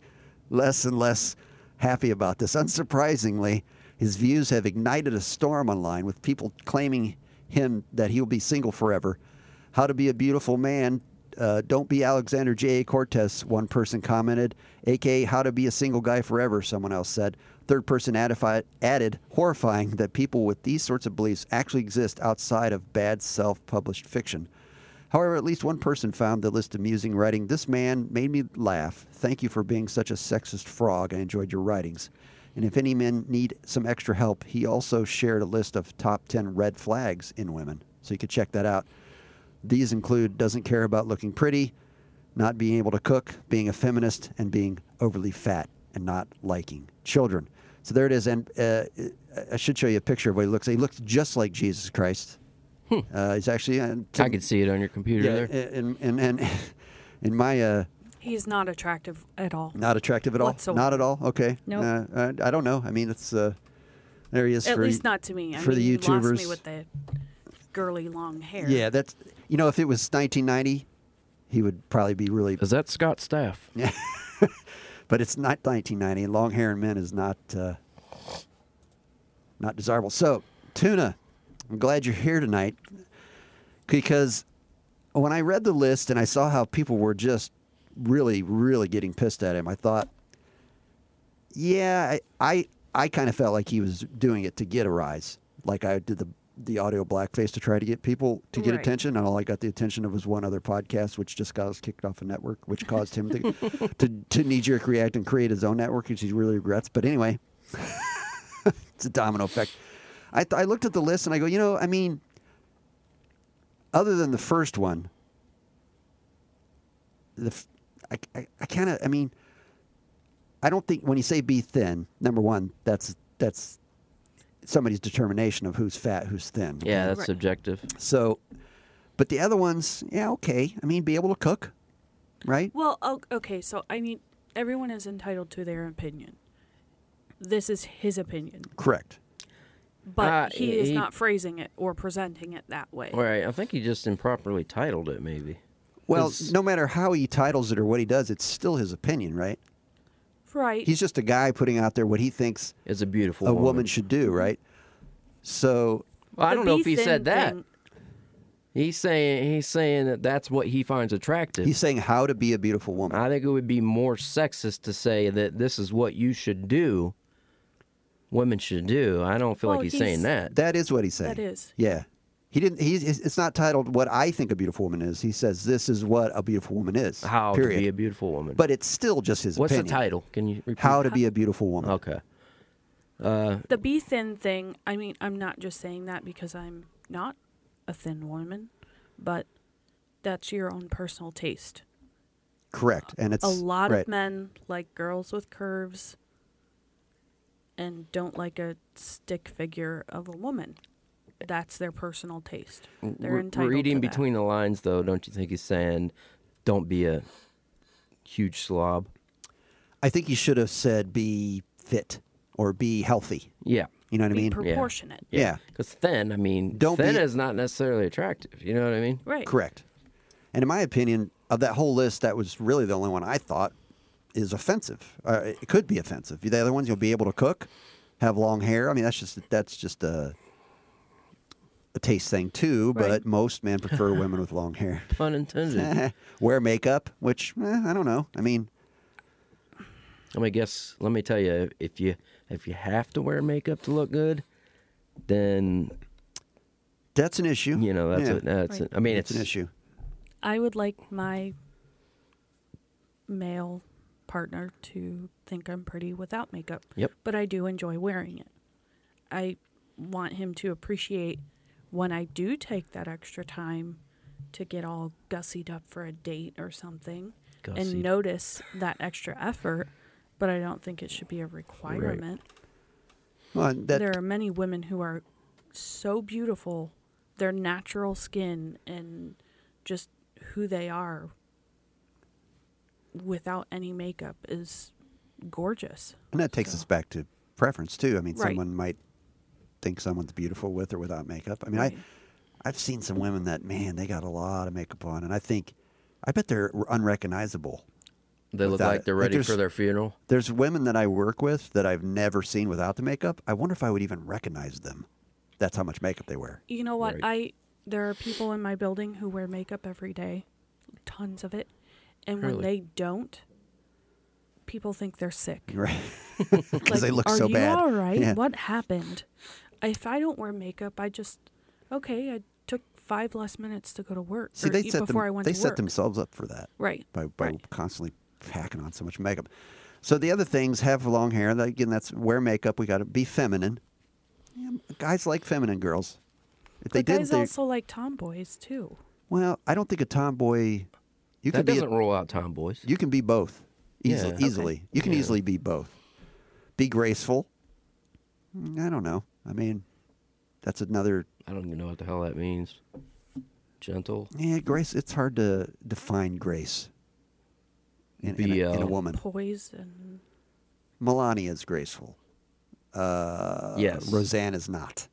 A: less and less happy about this. Unsurprisingly, his views have ignited a storm online with people claiming him that he will be single forever. How to be a beautiful man. Uh, don't be Alexander J.A. Cortez, one person commented. AKA, how to be a single guy forever, someone else said. Third person adifi- added, horrifying that people with these sorts of beliefs actually exist outside of bad self published fiction. However, at least one person found the list amusing, writing, This man made me laugh. Thank you for being such a sexist frog. I enjoyed your writings. And if any men need some extra help, he also shared a list of top 10 red flags in women. So you could check that out. These include doesn't care about looking pretty, not being able to cook, being a feminist, and being overly fat and not liking children. So there it is. And uh, I should show you a picture of what he looks like. He looks just like Jesus Christ. Uh, he's actually. Uh,
B: Hmm. I could see it on your computer
A: yeah,
B: there.
A: and and and in my uh,
C: He's not attractive at all.
A: not attractive at all.
C: Whatsoever.
A: Not at all. Okay.
C: Nope.
A: Uh, I, I don't know. I mean, it's uh, there he is.
C: At
A: for,
C: least not to me. I
A: for
C: mean,
A: the
C: you lost me
A: YouTubers.
C: with the girly long hair.
A: Yeah, that's you know, if it was 1990, he would probably be really.
B: Is that Scott Staff?
A: But it's not 1990, and long hair in men is not uh, not desirable. So, Tuna, I'm glad you're here tonight because when I read the list and I saw how people were just really, really getting pissed at him, I thought, yeah, I I, I kind of felt like he was doing it to get a rise, like I did the the audio blackface to try to get people to get
C: Right.
A: attention, and all I got the attention of was one other podcast, which just got us kicked off a network, which caused him to to, to knee jerk react and create his own network, which he really regrets. But anyway, it's a domino effect. I, th- I looked at the list and I go, you know, I mean, other than the first one, the f- I, I, I kind of, I mean, I don't think when you say be thin, number one, that's that's somebody's determination of who's fat, who's thin.
B: Yeah, that's
C: Right.
B: subjective.
A: So, but the other ones, yeah, okay. I mean, be able to cook, right?
C: Well, o- okay, so I mean, everyone is entitled to their opinion. This is his opinion,
A: Correct.
C: but
B: Uh,
C: he is
B: he-
C: not phrasing it or presenting it that way.
B: All right, I think he just improperly titled it. Maybe.
A: Well,
B: 'Cause-
A: no matter how he titles it or what he does, it's still his opinion, right?
C: Right.
A: He's just a guy putting out there what he thinks
B: It's a beautiful
A: a woman should do, right? So,
B: Well, I
C: The
B: don't know
C: be
B: if he
C: thin
B: said that.
C: thing-
B: He's saying he's saying that that's what he finds attractive.
A: he's saying how to be a beautiful woman.
B: I think it would be more sexist to say that this is what you should do. Women should do. I don't feel
C: Well,
B: like he's,
C: he's-
B: saying that.
A: That is what he's saying.
C: That is.
A: Yeah. He didn't. He's. it's- It's not titled "What I Think a Beautiful Woman Is." He says this is what a beautiful woman is.
B: How
A: period.
B: to be a beautiful woman.
A: but it's still just his
B: what's
A: opinion.
B: the title? Can you repeat?
A: How to be a beautiful woman.
B: Okay.
C: The be thin thing, I mean, I'm not just saying that because I'm not a thin woman, but that's your own personal taste.
A: Correct. And it's
C: A lot
A: right.
C: of men like girls with curves and don't like a stick figure of a woman. That's their personal taste. They're
B: Re-
C: entitled
B: reading
C: to that.
B: between the lines, though, don't you think he's saying, "Don't be a huge slob"?
A: I think he should have said be fit or be healthy.
B: Yeah.
A: You know what I
C: be
A: mean?
C: proportionate.
A: Yeah.
B: Because thin, I mean,
A: Don't
B: thin
A: be-
B: is not necessarily attractive. You know what I mean?
C: Right.
A: Correct. And in my opinion, of that whole list, that was really the only one I thought is offensive. Uh, it could be offensive. The other ones, you'll be able to cook, have long hair. I mean, that's just that's just a a taste thing too. But
C: Right.
A: most men prefer women with long hair.
B: Pun intended.
A: Wear makeup, which eh, I don't know. I mean,
B: Let me guess. Let me tell you, if you if you have to wear makeup to look good, then
A: that's an issue.
B: you know that's
A: Yeah.
B: a, that's.
C: Right.
B: A, I mean,
A: It's
B: it's,
A: an issue.
C: I would like my male partner to think I'm pretty without makeup.
B: Yep.
C: But I do enjoy wearing it. I want him to appreciate when I do take that extra time to get all gussied up for a date or something
B: Gussied.
C: and notice that extra effort, but I don't think it should be a requirement.
A: Well, that
C: there are many women who are so beautiful, their natural skin and just who they are without any makeup is gorgeous.
A: And that takes us back to preference too. I mean,
C: Right.
A: someone might think someone's beautiful with or without makeup. I mean,
C: Right.
A: I I've seen some women that man, they got a lot of makeup on, and I think I bet they're unrecognizable.
B: They look
A: Without
B: like
A: it.
B: they're
A: Like
B: ready
A: there's-
B: for their funeral.
A: There's women that I work with that I've never seen without the makeup. I wonder if I would even recognize them. That's how much makeup they wear.
C: You know what?
B: Right.
C: I there are people in my building who wear makeup every day, tons of it, and
B: Really?
C: when they don't, people think they're sick.
A: Right? Because they look
C: are
A: so
C: you
A: bad.
C: All right,
A: Yeah.
C: what happened? If I don't wear makeup, I just okay. I took five less minutes to go to work.
A: See,
C: or
A: they
C: e-
A: set them,
C: before I went
A: they
C: to
A: set
C: work.
A: themselves up for that.
C: Right.
A: by, by
C: Right.
A: constantly packing on so much makeup. So the other things have long hair. That, again, that's wear makeup. We got to be feminine. Yeah, guys like feminine girls. If they
C: but
A: didn't,
C: guys
A: they,
C: also like tomboys too.
A: well, I don't think a tomboy. You
B: That
A: can be
B: doesn't
A: a,
B: rule out tomboys.
A: you can be both easily.
B: Yeah. Okay.
A: easily. You can
B: Yeah.
A: easily be both. Be graceful. Mm, I don't know. I mean, that's another.
B: I don't even know what the hell that means. Gentle.
A: Yeah, grace. It's hard to define grace. In, in, a, in a
B: BL.
A: woman,
C: Poise and
A: Melania is graceful. Uh,
B: Yes.
A: Roseanne is not.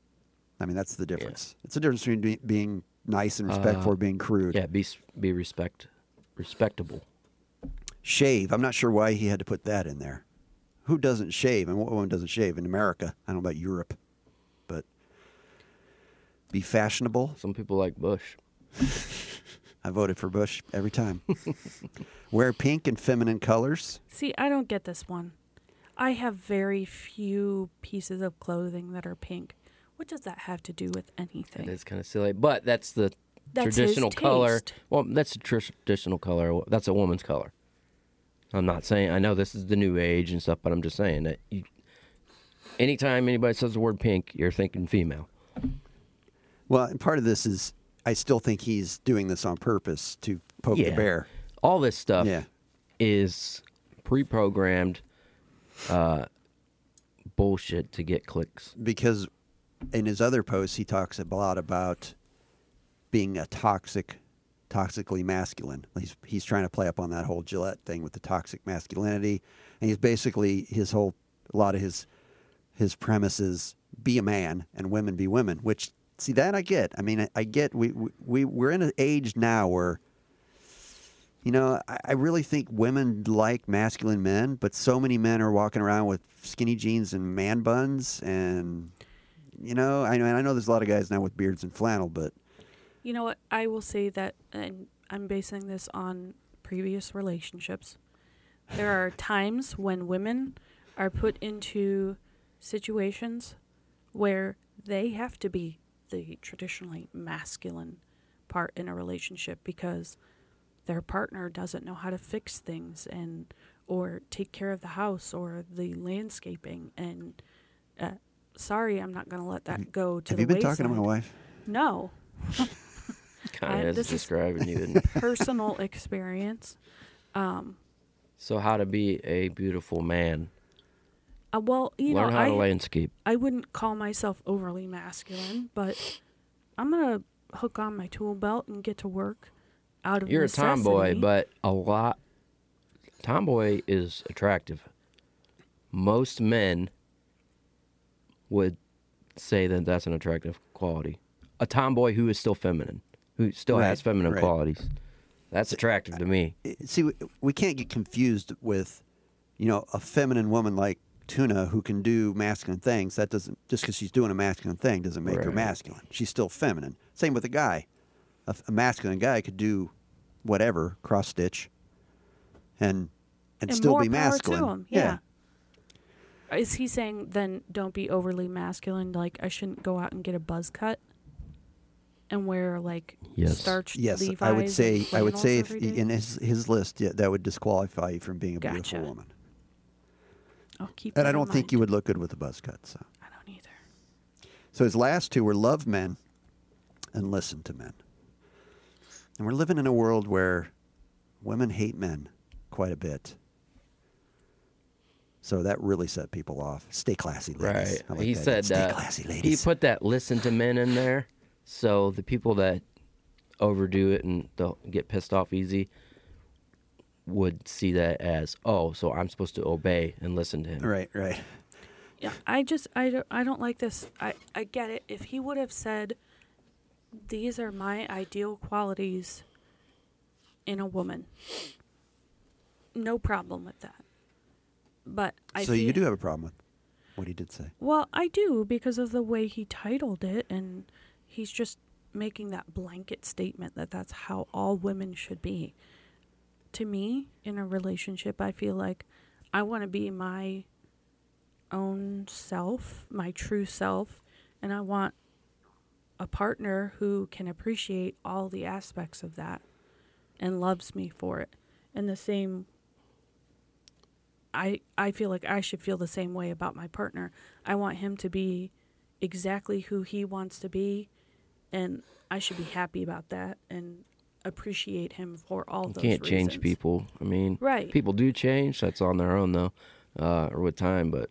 A: I mean, that's the difference. It's the difference between be- being nice and respectful
B: Uh,
A: or being crude.
B: Yeah, be s- be respect respectable.
A: Shave. I'm not sure why he had to put that in there. Who doesn't shave and what woman doesn't shave in America? I don't know about Europe, but be fashionable.
B: Some people like Bush.
A: I voted for Bush every time. Wear pink and feminine colors.
C: see, I don't get this one. I have very few pieces of clothing that are pink. What does that have to do with anything?
B: That is kind of silly, but that's the
C: That's his
B: traditional color.
C: taste.
B: Well, that's the tr- traditional color. That's a woman's color. I'm not saying I know this is the new age and stuff, but I'm just saying that you Anytime anybody says the word pink, you're thinking female.
A: Well, and part of this is I still think he's doing this on purpose to poke the
B: Yeah.
A: bear.
B: All this stuff
A: Yeah.
B: is pre-programmed uh, bullshit to get clicks.
A: because in his other posts he talks a lot about being a toxic toxically masculine he's he's trying to play up on that whole gillette thing with the toxic masculinity and he's basically his whole a lot of his his premise is be a man and women be women which see that i get i mean i, I get we, we- we we're in an age now where you know, I, I really think women like masculine men, but so many men are walking around with skinny jeans and man buns, and you know, I know, and I know there's a lot of guys now with beards and flannel, but
C: You know what? I will say that, and I'm basing this on previous relationships. There are times when women are put into situations where they have to be the traditionally masculine part in a relationship because their partner doesn't know how to fix things and or take care of the house or the landscaping and uh, sorry i'm not going to let that go to
A: have
C: the
A: you been
C: wayside.
A: talking to my wife?
C: no
B: Kind
C: I-
B: of is
C: this is-
B: describing you. Didn't.
C: personal experience.
B: so how to be a beautiful man?
C: Uh, well, you
B: Learn
C: know,
B: how
C: I,
B: to landscape.
C: I wouldn't call myself overly masculine, but I'm going to hook on my tool belt and get to work out of
B: You're
C: necessity.
B: a tomboy, but a lot. Tomboy is attractive. Most men would say that that's an attractive quality. A tomboy who is still feminine, who still has
A: Right,
B: feminine
A: right.
B: qualities. That's attractive to me.
A: It- See, we, we can't get confused with, you know, a feminine woman like Tuna who can do masculine things. That doesn't just because she's doing a masculine thing doesn't make her
B: Right.
A: masculine. She's still feminine. Same with a guy. A, f- a masculine guy could do whatever cross stitch, and and,
C: and
A: still
C: more
A: be
C: power
A: masculine.
C: To him. Yeah. Is he saying then don't be overly masculine? Like I shouldn't go out and get a buzz cut and wear like
B: Yes.
C: starched
A: Yes,
C: Levi's
A: I would
C: and
A: say I would
C: flannels
A: say if,
C: every day?
A: in his his list yeah, that would disqualify you from being a
C: Gotcha.
A: beautiful woman.
C: I'll keep.
A: And
C: that
A: I
C: in
A: don't think you would
C: mind.
A: look good with a buzz cut. So,
C: I don't either.
A: so his last two were love men and listen to men. And we're living in a world where women hate men quite a bit. So that really set people off. Stay classy, ladies. I
B: Right.
A: like
B: he
A: that.
B: said
A: Stay
B: that
A: classy,
B: he
A: ladies.
B: put that listen to men in there. So the people that overdo it and they'll get pissed off easy would see that as, oh, so I'm supposed to obey and listen to him.
A: right, right.
C: Yeah, I just I don't, I don't like this. I I get it. If he would have said, "These are my ideal qualities in a woman," no problem with that. But I
A: so you
C: feel-
A: do have a problem with what he did say.
C: well, I do because of the way he titled it, and he's just making that blanket statement that that's how all women should be. To me, in a relationship, I feel like I want to be my own self, my true self, and I want a partner who can appreciate all the aspects of that and loves me for it. And the same I I feel like I should feel the same way about my partner. I want him to be exactly who he wants to be and I should be happy about that and appreciate him for all
B: You
C: those
B: can't change
C: reasons.
B: people. I mean,
C: Right.
B: people do change. That's on their own, though, uh, or with time. But,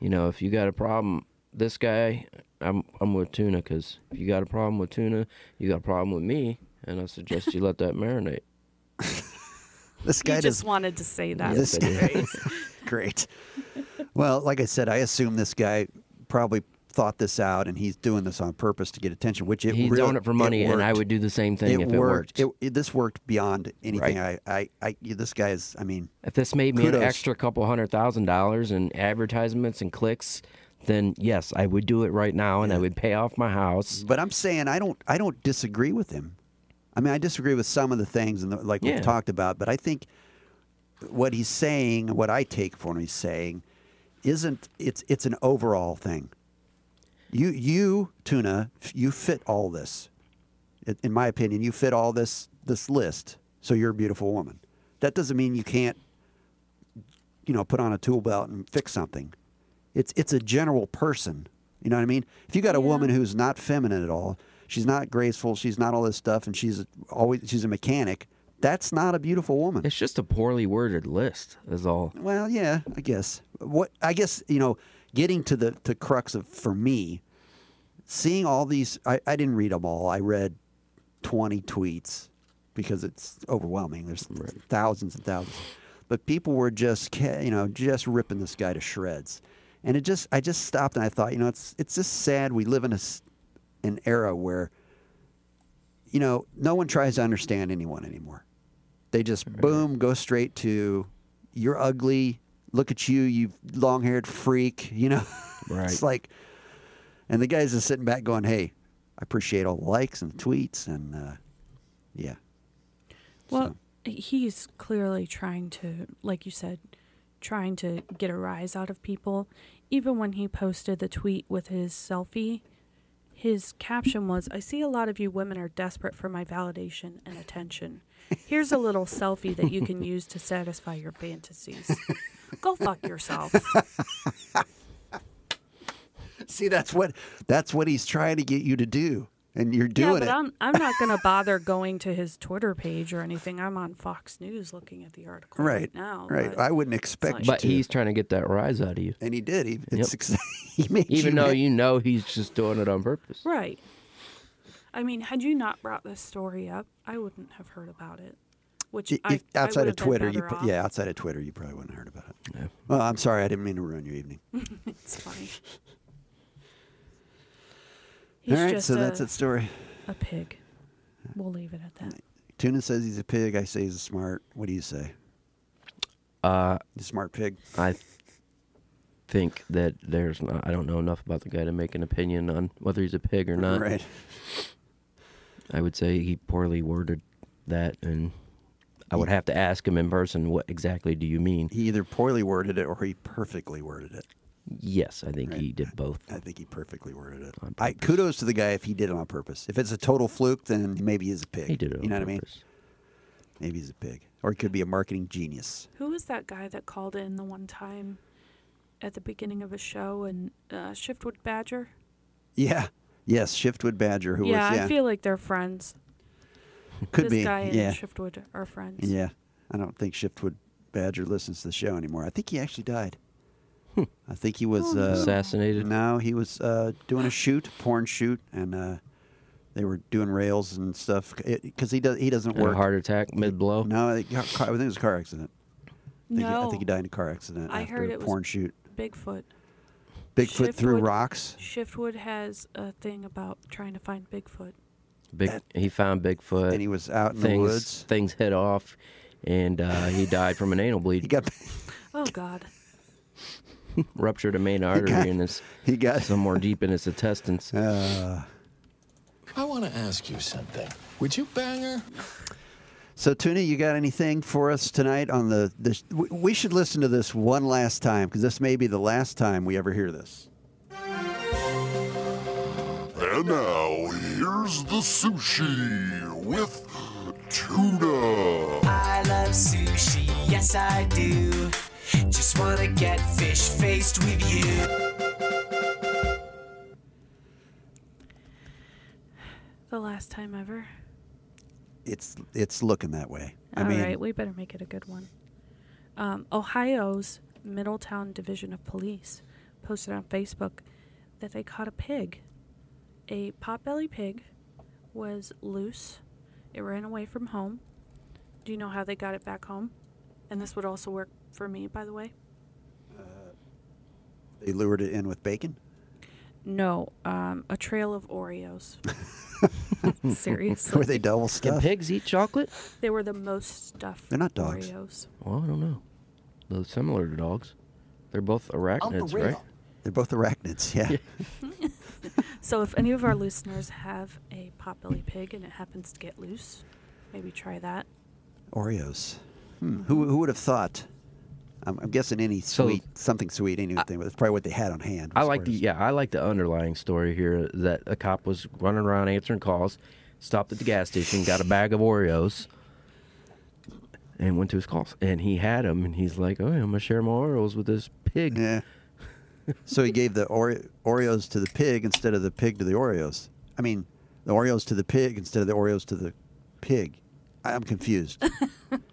B: you know, if you got a problem, this guy, I'm, I'm with Tuna because if you got a problem with Tuna, you got a problem with me. And I suggest you let that marinate.
A: This
C: You
A: guy does
C: just wanted to say that.
A: This
B: I
A: guy- Great. Well, like I said, I assume this guy probably thought this out, and he's doing this on purpose to get attention. Which it
B: He's
A: really,
B: doing it for money, and I
A: worked.
B: would do the same
A: it
B: thing if
A: worked.
B: it worked.
A: It- it- this worked beyond anything. I, I, I, this guy is. I mean,
B: If this made me
A: Kudos.
B: an extra couple hundred thousand dollars in advertisements and clicks, then yes, I would do it right now, and I would pay off my house.
A: but I'm saying I don't. I don't disagree with him. I mean, I disagree with some of the things and the, like
B: Yeah.
A: we've talked about, but I think what he's saying, what I take for him, he's saying, isn't it's it's an overall thing. You you tuna, you fit all this. In- In my opinion, you fit all this this list. So you're a beautiful woman. That doesn't mean you can't, you know, put on a tool belt and fix something. It's it's a general person. You know what I mean? If you got a woman who's not feminine at all, she's not graceful, she's not all this stuff, and she's always she's a mechanic. That's not a beautiful woman.
B: It's just a poorly worded list, is all.
A: Well, yeah, I guess. What I guess you know, getting to the to crux of for me, seeing all these, I, I didn't read them all. I read twenty tweets because it's overwhelming. There's thousands and thousands, but people were just ca- you know just ripping this guy to shreds, and it just I just stopped and I thought you know it's it's just sad we live in a s- an era where you know no one tries to understand anyone anymore. They just boom, go straight to you're ugly. Look at you, you long haired freak. You know,
B: Right.
A: it's like, and the guys are sitting back going, "Hey, I appreciate all the likes and tweets and uh, yeah,
C: Well, he's clearly trying to, like you said, trying to get a rise out of people. Even when he posted the tweet with his selfie, his caption was I see a lot of you women are desperate for my validation and attention. Here's a little selfie that you can use to satisfy your fantasies. Go fuck yourself.
A: See, that's what that's what he's trying to get you to do, and you're
C: yeah,
A: doing it.
C: but I'm I'm not gonna bother going to his Twitter page or anything. I'm on Fox News looking at the article right,
A: right
C: now.
A: right.
C: but-
A: I wouldn't expect you
B: But
A: to.
B: he's trying to get that rise out of you,
A: and he did. He,
B: Yep.
A: it's success- he made
B: even
A: you
B: though
A: mad.
B: you know he's just doing it on purpose.
C: Right. I mean, had you not brought this story up, I wouldn't have heard about it. Which
A: If-
C: I, I
A: outside
C: would
A: of
C: have been
A: Twitter, you
C: better
A: put-
C: off.
A: yeah, outside of Twitter, you probably wouldn't have heard about it. Well, I'm sorry, I didn't mean to ruin your evening.
C: it's funny. He's
A: All right,
C: just
A: so
C: a,
A: that's its story.
C: a pig. We'll leave it at that.
A: Tuna says he's a pig. I say he's a smart. What do you say?
B: Uh,
A: He's a smart pig.
B: I think that there's not, I don't know enough about the guy to make an opinion on whether he's a pig or not.
A: right.
B: I would say he poorly worded that, and I would have to ask him in person what exactly do you mean.
A: He either poorly worded it or he perfectly worded it.
B: Yes, I think he did both.
A: I think he perfectly worded it.
B: On
A: I, kudos to the guy if he did it on purpose. If it's a total fluke, then maybe he's a pig.
B: He did it.
A: You know
B: on
A: what I mean?
B: purpose.
A: Maybe he's a pig, or he could be a marketing genius.
C: Who was that guy that called in the one time at the beginning of a show and uh, Shiftwood Badger?
A: Yeah. Yes, Shiftwood Badger, who
C: yeah,
A: was yeah,
C: I feel like they're friends.
A: could
C: this
A: be
C: guy and
A: yeah,
C: Shiftwood are friends.
A: yeah. I don't think Shiftwood Badger listens to the show anymore. I think he actually died.
B: Hmm.
A: I think he was
C: Oh,
A: uh,
B: Assassinated.
A: No, he was uh, doing a shoot, porn shoot, and uh, they were doing rails and stuff because he does he doesn't
B: Had a
A: work.
B: heart attack mid blow.
A: No, it got ca- I think it was a car accident. I think, he-
C: No,
A: I think he died in a car accident
C: I
A: after
C: heard
A: a
C: it was-
A: porn shoot.
C: Bigfoot.
A: Bigfoot threw
C: Shiftwood-
A: rocks.
C: Shiftwood has a thing about trying to find Bigfoot.
B: Big,
A: That-
B: he found Bigfoot.
A: and he was out in
B: things
A: the woods.
B: things hit off, and uh, he died from an anal
A: He
B: bleed,
A: got
C: Oh God.
B: ruptured a main artery in his
A: he got
B: somewhere deep in his intestines.
A: Uh,
D: I want to ask you something. Would you bang her?
A: so Tuna, you got anything for us tonight on the? the we- we should listen to this one last time because this may be the last time we ever hear this.
E: And now, here's the sushi with tuna.
F: I love sushi, yes I do. Just wanna get fish faced with you.
C: The last time ever.
A: It's it's looking that way. I
C: All right,
A: mean,
C: we better make it a good one. Um, Ohio's Middletown Division of Police posted on Facebook that they caught a pig. A potbelly pig was loose. It ran away from home. Do you know how they got it back home? And this would also work for me, by the way.
A: they lured it in with bacon.
C: No, um, a trail of Oreos.
A: Were
C: Seriously,
A: they double
B: Can
A: stuffed?
B: pigs eat chocolate?
C: they were the most stuffed.
A: They're not dogs.
C: Oreos.
B: Well, I don't know. They're similar to dogs. They're both arachnids, right?
A: They're both arachnids. Yeah.
C: So, if any of our listeners have a potbelly pig and it happens to get loose, maybe try that.
A: Oreos. Hmm. Who who would have thought? I'm, I'm guessing any
B: So-
A: sweet, something sweet, anything. But it's probably what they had on hand.
B: I
A: was
B: like the
A: Oreos.
B: yeah, I like the underlying story here that a cop was running around answering calls, stopped at the gas station, got a bag of Oreos, and went to his calls. And he had them, and he's like, "Oh, I'm gonna share my Oreos with this pig."
A: Yeah. so he gave the Ore- Oreos to the pig instead of the pig to the Oreos. I mean, the Oreos to the pig instead of the Oreos to the pig. I'm confused.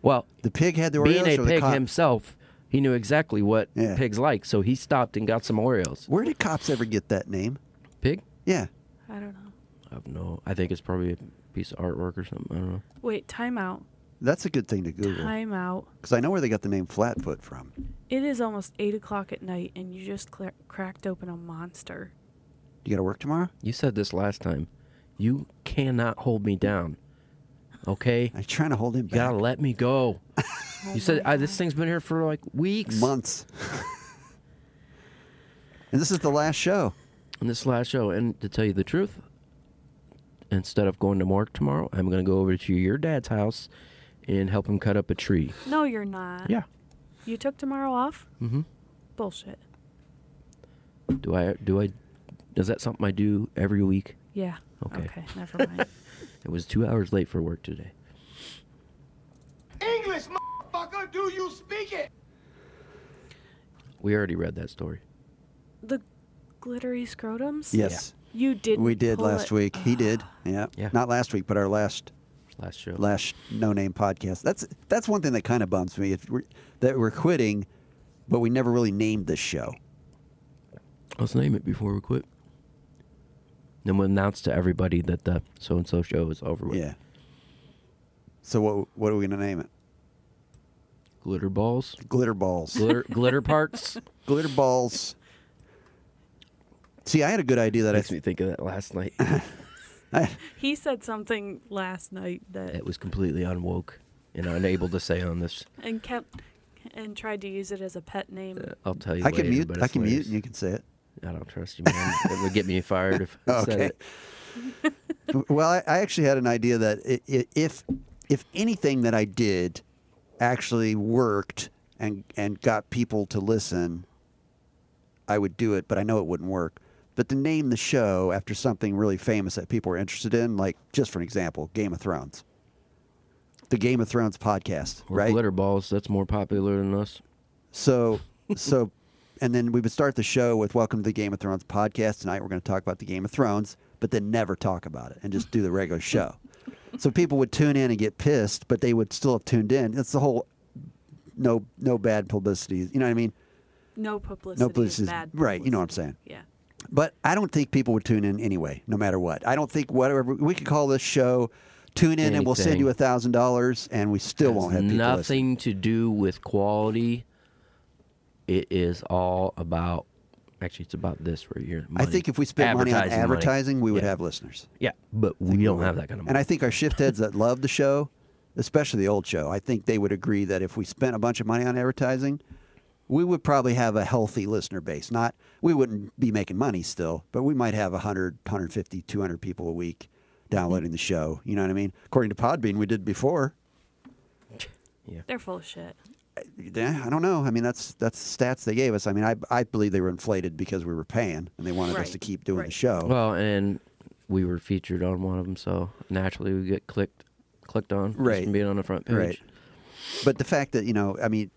B: Well,
A: The pig had the Oreos.
B: being a
A: or the
B: pig
A: cop?
B: himself, he knew exactly what
A: Yeah.
B: pigs like, so he stopped and got some Oreos.
A: Where did cops ever get that name?
B: Pig?
A: Yeah.
C: I don't know.
B: I have no. I think it's probably a piece of artwork or something. I don't know.
C: Wait, time out.
A: That's a good thing to Google
C: Time out.
A: because I know where they got the name Flatfoot from.
C: It is almost 8 o'clock at night, and you just cla cracked open a monster.
A: You got to work tomorrow?
B: You said this last time. You cannot hold me down. Okay?
A: I'm trying to hold him
B: You gotta
A: back.
B: let me go. you said I, this thing's been here for like weeks.
A: Months. and this is the last show.
B: On this last show, and to tell you the truth, instead of going to Mark tomorrow, I'm gonna go over to your dad's house and help him cut up a tree.
C: No, you're not. You took tomorrow off? Mm-hmm. Bullshit.
B: Do I? Do I? Is that something I do every week?
C: Yeah.
B: Okay.
C: Okay, never mind.
B: It was two hours late for work today.
G: English, motherfucker, do you speak it?
B: We already read that story.
C: the glittery scrotums?
A: Yes.
C: You did
A: We did
C: pull
A: last
C: it.
A: week. He did. Yeah.
B: Yeah.
A: Not last week, but our last
B: Last show.
A: last no name podcast. That's that's one thing that kind of bums me if we're, that we're quitting, but we never really named the show.
B: Let's name it before we quit. Then we'll announce to everybody that the so and so show is over with.
A: Yeah. So what what are we gonna name it?
B: Glitter balls.
A: Glitter balls.
B: Glitter glitter parts.
A: Glitter balls. See, I had a good idea that I,
B: Makes me think of that last night.
C: He said something last night that
B: it was completely unwoke and unable to say on this.
C: and kept and tried to use it as a pet name.
B: I'll tell you.
A: I can
B: later,
A: mute.
B: but
A: I
B: it's
A: can mute,
B: hilarious.
A: and you can say it.
B: I don't trust you, man. it would get me fired if I said
A: Okay.
B: it.
A: well, I, I actually had an idea that i- i- if if anything that I did actually worked and and got people to listen, I would do it. But I know it wouldn't work. But to name the show after something really famous that people are interested in, like just for an example, Game of Thrones, the Game of Thrones podcast,
B: Or
A: right?
B: glitter balls. That's more popular than us.
A: So, so, and then we would start the show with "Welcome to the Game of Thrones podcast." Tonight we're going to talk about the Game of Thrones, but then never talk about it and just do the regular show. So people would tune in and get pissed, but they would still have tuned in. That's the whole no no bad publicity. You know what I mean?
C: No publicity. is
A: publicity is-
C: bad
A: right, you know what I'm saying.
C: publicity. Yeah.
A: But I don't think people would tune in anyway, no matter what. I don't think whatever we could call this show. Tune in and we'll send
B: Anything.
A: you a thousand dollars, and we still won't have people listen.
B: nothing to do with quality. It is all about. Actually, it's about this right here.
A: I
B: Money.
A: think if we spent money on
B: money.
A: advertising, we would
B: Yeah.
A: have listeners.
B: Yeah, but we don't have that kind of
A: And
B: money.
A: I think our shift heads that love the show, especially the old show, I think they would agree that if we spent a bunch of money on advertising, we would probably have a healthy listener base. Not we wouldn't be making money still, but we might have 100, 150, 200 people a week downloading the show. You know what I mean? According to Podbean, we did before.
C: They're full of shit.
A: Yeah, I don't know. I mean, that's that's the stats they gave us. I mean, I, I believe they were inflated because we were paying and they wanted us
C: Right,
A: to keep doing the
C: right.
A: show.
B: well, and we were featured on one of them, so naturally we get clicked, clicked on, just
A: Right.
B: from being on the front page.
A: Right. But the fact that you know, I mean,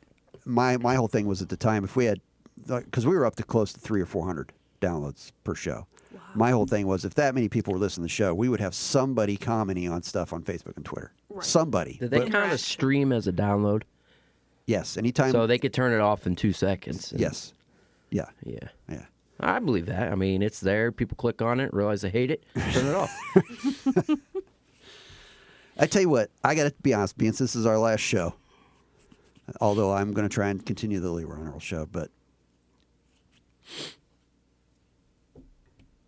A: my my whole thing was at the time if we had, because we were up to close to three or four hundred downloads per show. My whole thing was if that many people were listening to the show, we would have somebody commenting on stuff on Facebook and Twitter.
C: Right.
A: Somebody,
B: Did they
A: But-
B: count a stream as a download?
A: yes, anytime.
B: So they could turn it off in two seconds. and-
A: yes, yeah,
B: Yeah.
A: yeah.
B: I believe that. I mean, it's there. People click on it, realize they hate it, turn it off.
A: I tell you what, I got to be honest, Beans. This is our last show. Although I'm going to try and continue the Leroy and Earl show, but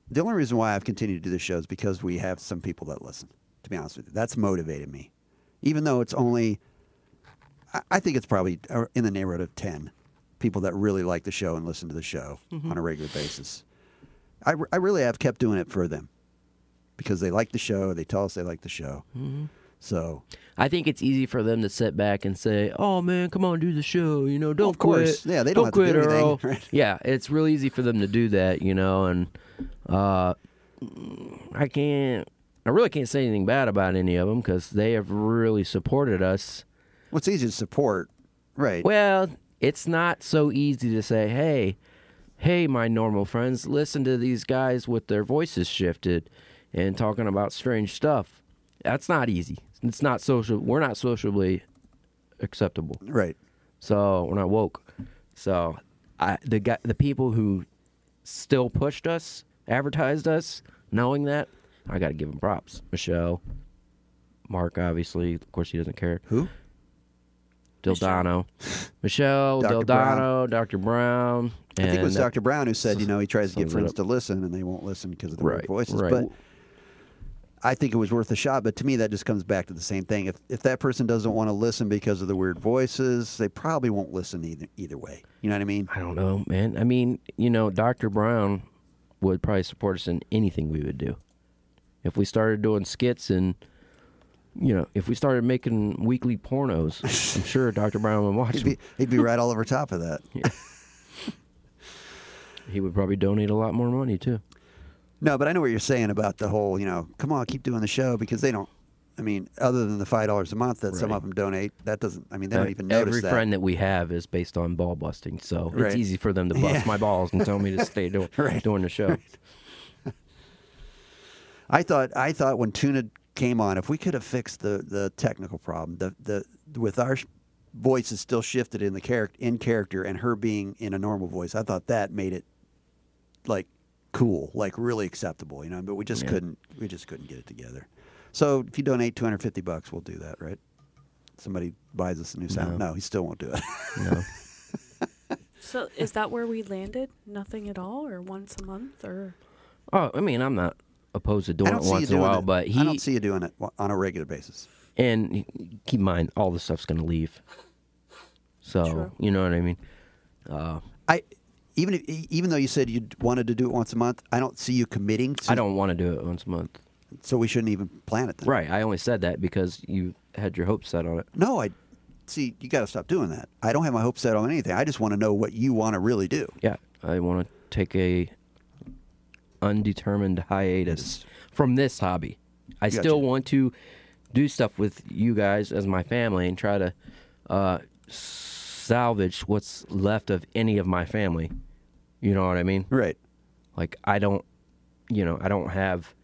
A: the only reason why I've continued to do this show is because we have some people that listen. To be honest with you, that's motivated me. Even though it's only, I- I think it's probably uh, in the neighborhood of ten people that really like the show and listen to the show on a regular basis. I, re- I really have kept doing it for them because they like the show. They tell us they like the show. So
B: I think it's easy for them to sit back and say, "Oh man, come on, do the show." You know, don't
A: of course.
B: quit.
A: Yeah, they don't have to
B: quit,
A: do anything,
B: Earl.
A: right?
B: Yeah, it's real easy for them to do that, you know. And uh, I can't, I really can't say anything bad about any of them because they have really supported us.
A: What's easy to support, right?
B: Well, it's not so easy to say, "Hey, hey, my normal friends, listen to these guys with their voices shifted and talking about strange stuff. That's not easy. It's not social. We're not socially acceptable.
A: Right.
B: So when I woke, so I the guy, the people who still pushed us, advertised us, knowing that I got to give them props. Michelle, Mark, obviously, of course, he doesn't care.
A: Who?
B: Dildano, Michelle,
A: Dr.
B: Dildano, Doctor Brown.
A: I think it was
B: and- uh,
A: Dr. Brown who said, you know, he tries to get
B: sums it
A: friends
B: up.
A: to listen and they won't listen because of the weird
B: Right,
A: voices.
B: right.
A: But I think it was worth a shot. But to me, that just comes back to the same thing. If, if that person doesn't want to listen because of the weird voices, they probably won't listen either, either way. You know what I mean?
B: I don't know, man. I mean, you know, Dr. Brown would probably support us in anything we would do. If we started doing skits and, you know, if we started making weekly pornos, I'm sure Dr. Brown would watch
A: He'd
B: them.
A: be, he'd be right all over top of that.
B: He would probably donate a lot more money, too.
A: No, but I know what you're saying about the whole, you know, come on, keep doing the show because they don't. I mean, other than the five dollars a month that some
B: Right.
A: of them donate, that doesn't. I mean, they
B: Uh,
A: don't even notice
B: Every
A: that.
B: friend that we have is based on ball busting, so
A: Right.
B: it's easy for them to bust
A: Yeah.
B: my balls and tell me to stay doing,
A: Right.
B: doing the show.
A: I thought I thought when Tuna came on, if we could have fixed the the technical problem, the the with our sh- voices still shifted in the character in character and her being in a normal voice, I thought that made it like cool, like really acceptable, you know. But we just couldn't we just couldn't get it together. So if you donate two hundred fifty bucks, we'll do that, right? Somebody buys us a new sound. No, he still won't do it.
B: No.
C: So is that where we landed? Nothing at all, or once a month, or
B: Oh, I mean, I'm not opposed to
A: I
B: doing
A: don't
B: it
A: see you
B: once in a
A: doing
B: while,
A: it.
B: but he
A: I don't see you doing it wa- on a regular basis.
B: And keep in mind, all the stuff's gonna leave. So
C: True.
B: you know what I mean.
A: I even if, e, even though you said you wanted to do it once a month, I don't see you committing. to
B: I don't want to do it once a month.
A: so we shouldn't even plan it. Then.
B: Right. I only said that because you had your hopes set on it.
A: No, I see. You got to stop doing that. I don't have my hopes set on anything. I just want to know what you want to really do.
B: Yeah. I want to take a undetermined hiatus from this hobby. I still want to do stuff with you guys as my family and try to uh, salvage what's left of any of my family. You know what I mean?
A: Right.
B: Like I don't, you know, I don't have.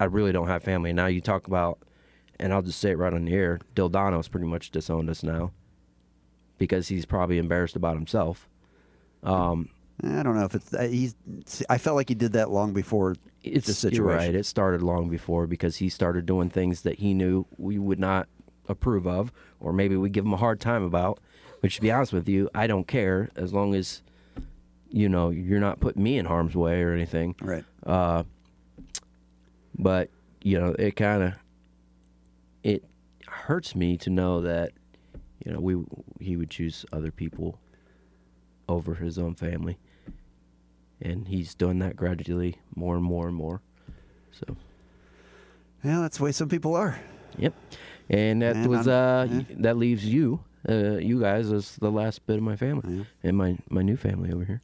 B: I really don't have family now. You talk about, and I'll just say it right on the air. Dildano's pretty much disowned us now, because he's probably embarrassed about himself.
A: I don't know if it's. I- He's. see, I felt like he did that long before
B: It's
A: the situation.
B: you're right. It started long before because he started doing things that he knew we would not approve of, or maybe we give him a hard time about. Which, to be honest with you, I don't care as long as, you know, you're not putting me in harm's way or anything.
A: Right.
B: but you know it kind of it hurts me to know that you know we he would choose other people over his own family and he's doing that gradually more and more and more so
A: yeah, that's the way some people are.
B: yep and that
A: Man,
B: was uh
A: I'm-
B: that leaves you uh you guys as the last bit of my family and my my new family over here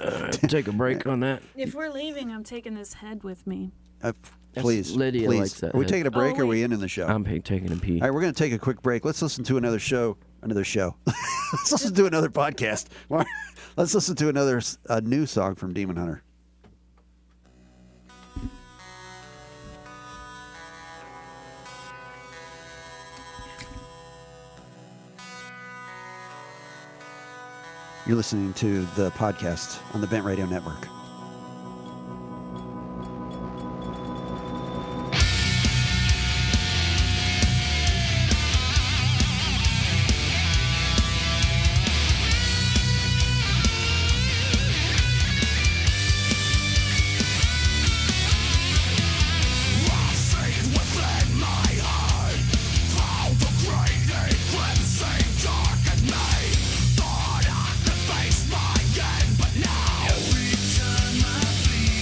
B: Uh, take a break on that
C: if we're leaving, I'm taking this head with me.
A: Uh, please,
B: Lydia
A: please.
B: likes that
A: Are we
B: head.
A: taking a break? or Are we
C: wait.
A: ending the show?
B: I'm p- taking a pee.
A: All right, we're going to take a quick break. Let's listen to another show. Another show. Let's listen to another podcast. Let's listen to another s- a new song from Demon Hunter. You're listening to the podcast on the Bent Radio Network.
F: Dark at me, thought I could face my end, but now every time.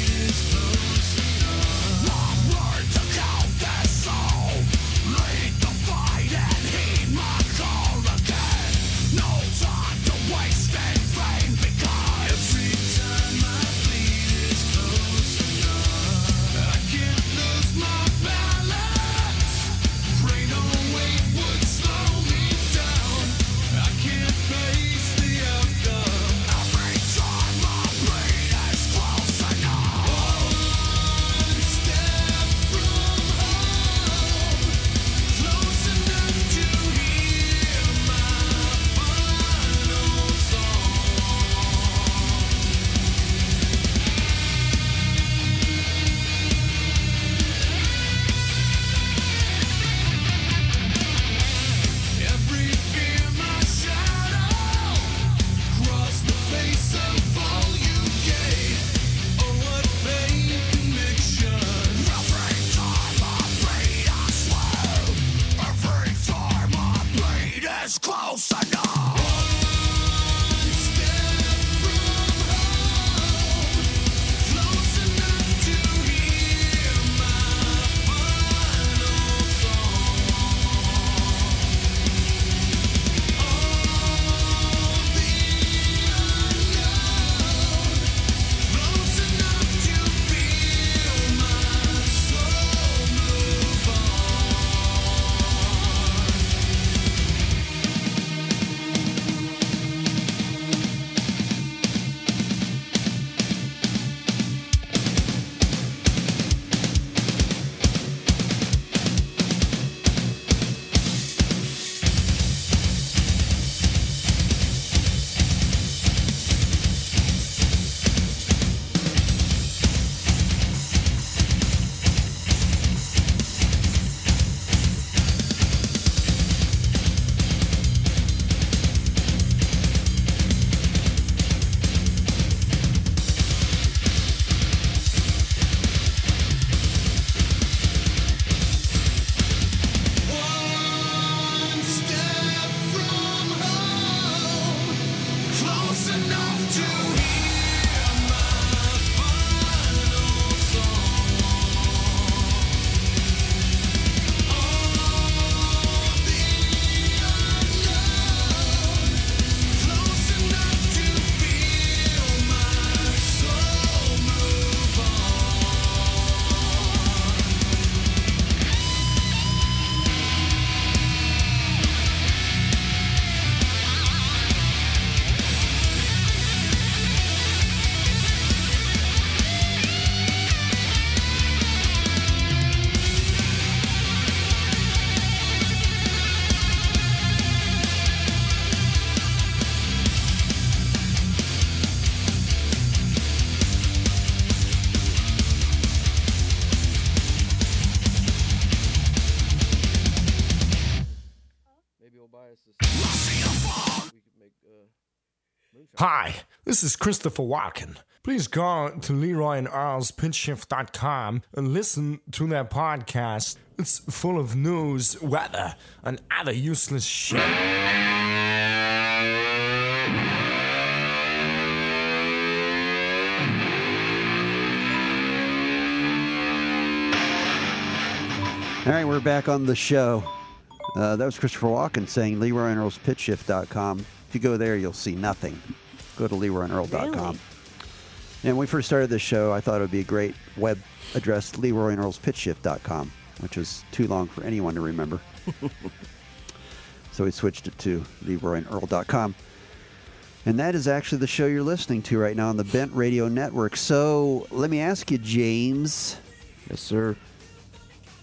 H: Hi, this is Christopher Walken. Please go to Leroy and Earl's PitchShift.com and listen to their podcast. It's full of news, weather, and other useless shit.
A: All right, we're back on the show. Uh, that was Christopher Walken saying Leroy and Earl's PitchShift.com. If you go there, you'll see nothing. Go to LeroyandEarl.com.
C: Really?
A: And when we first started this show, I thought it would be a great web address, Leroy and Earl's PitchShift.com, which was too long for anyone to remember. so we switched it to LeroyandEarl.com. And that is actually the show you're listening to right now on the Bent Radio Network. So let me ask you, James
B: Yes, sir.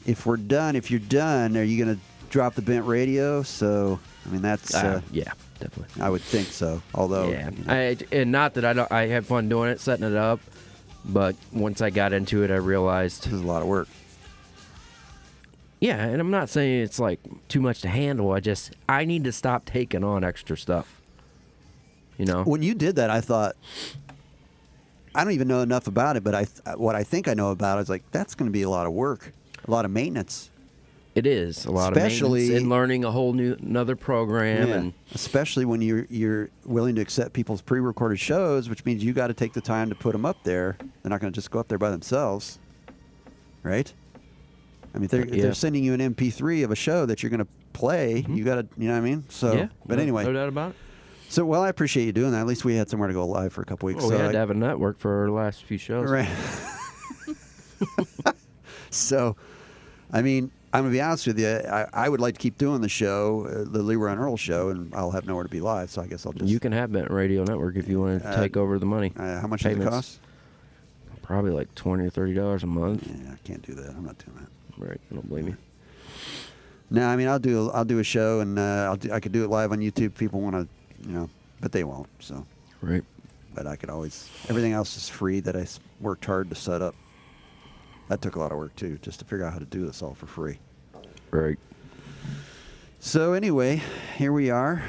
A: if we're done, if you're done, are you going to drop the bent radio? So, I mean, that's, uh,
B: Uh, yeah, definitely.
A: I would think so. Although,
B: yeah,
A: you know,
B: I, and not that I don't. I had fun doing it, setting it up, but once I got into it, I realized.
A: this is a lot of work.
B: Yeah, and I'm not saying it's like too much to handle. I just I need to stop taking on extra stuff. You know.
A: When you did that, I thought, I don't even know enough about it, but I, th- what I think I know about is like, that's going to be a lot of work, a lot of maintenance.
B: It is a lot of
A: Especially-
B: maintenance and learning a whole new another program and
A: Especially when you're, you're willing to accept people's pre recorded shows, which means you got to take the time to put them up there. They're not going to just go up there by themselves, right? I mean, if they're, if
B: Yeah. Mm-hmm.
A: they're sending you an MP3 of a show that you're going to play. You got to, you know what I mean? So,
B: yeah.
A: but
B: no-
A: anyway,
B: no doubt about it.
A: so well, I appreciate you doing that. At least we had somewhere to go live for a couple weeks.
B: Well,
A: so
B: we had
A: I-
B: to have a network for our last few shows.
A: Right. so, I mean, I'm gonna be honest with you. I, I would like to keep doing the show, uh, the Leroy and Earl show, and I'll have nowhere to be live. So I guess I'll just.
B: You can have Bent Radio Network if you want to
A: Uh,
B: take over the money.
A: Uh, how much does it
B: Payments.
A: cost?
B: Probably like twenty or thirty dollars a month.
A: Yeah, I can't do that. I'm not doing that.
B: Right? Don't blame me.
A: No, I mean I'll do I'll do a show and uh, I'll do, I could do it live on YouTube. if People want to, you know, but they won't. So,
B: Right.
A: but I could always. Everything else is free that I s- worked hard to set up. That took a lot of work too, just to figure out how to do this all for free.
B: Right.
A: So anyway, here we are.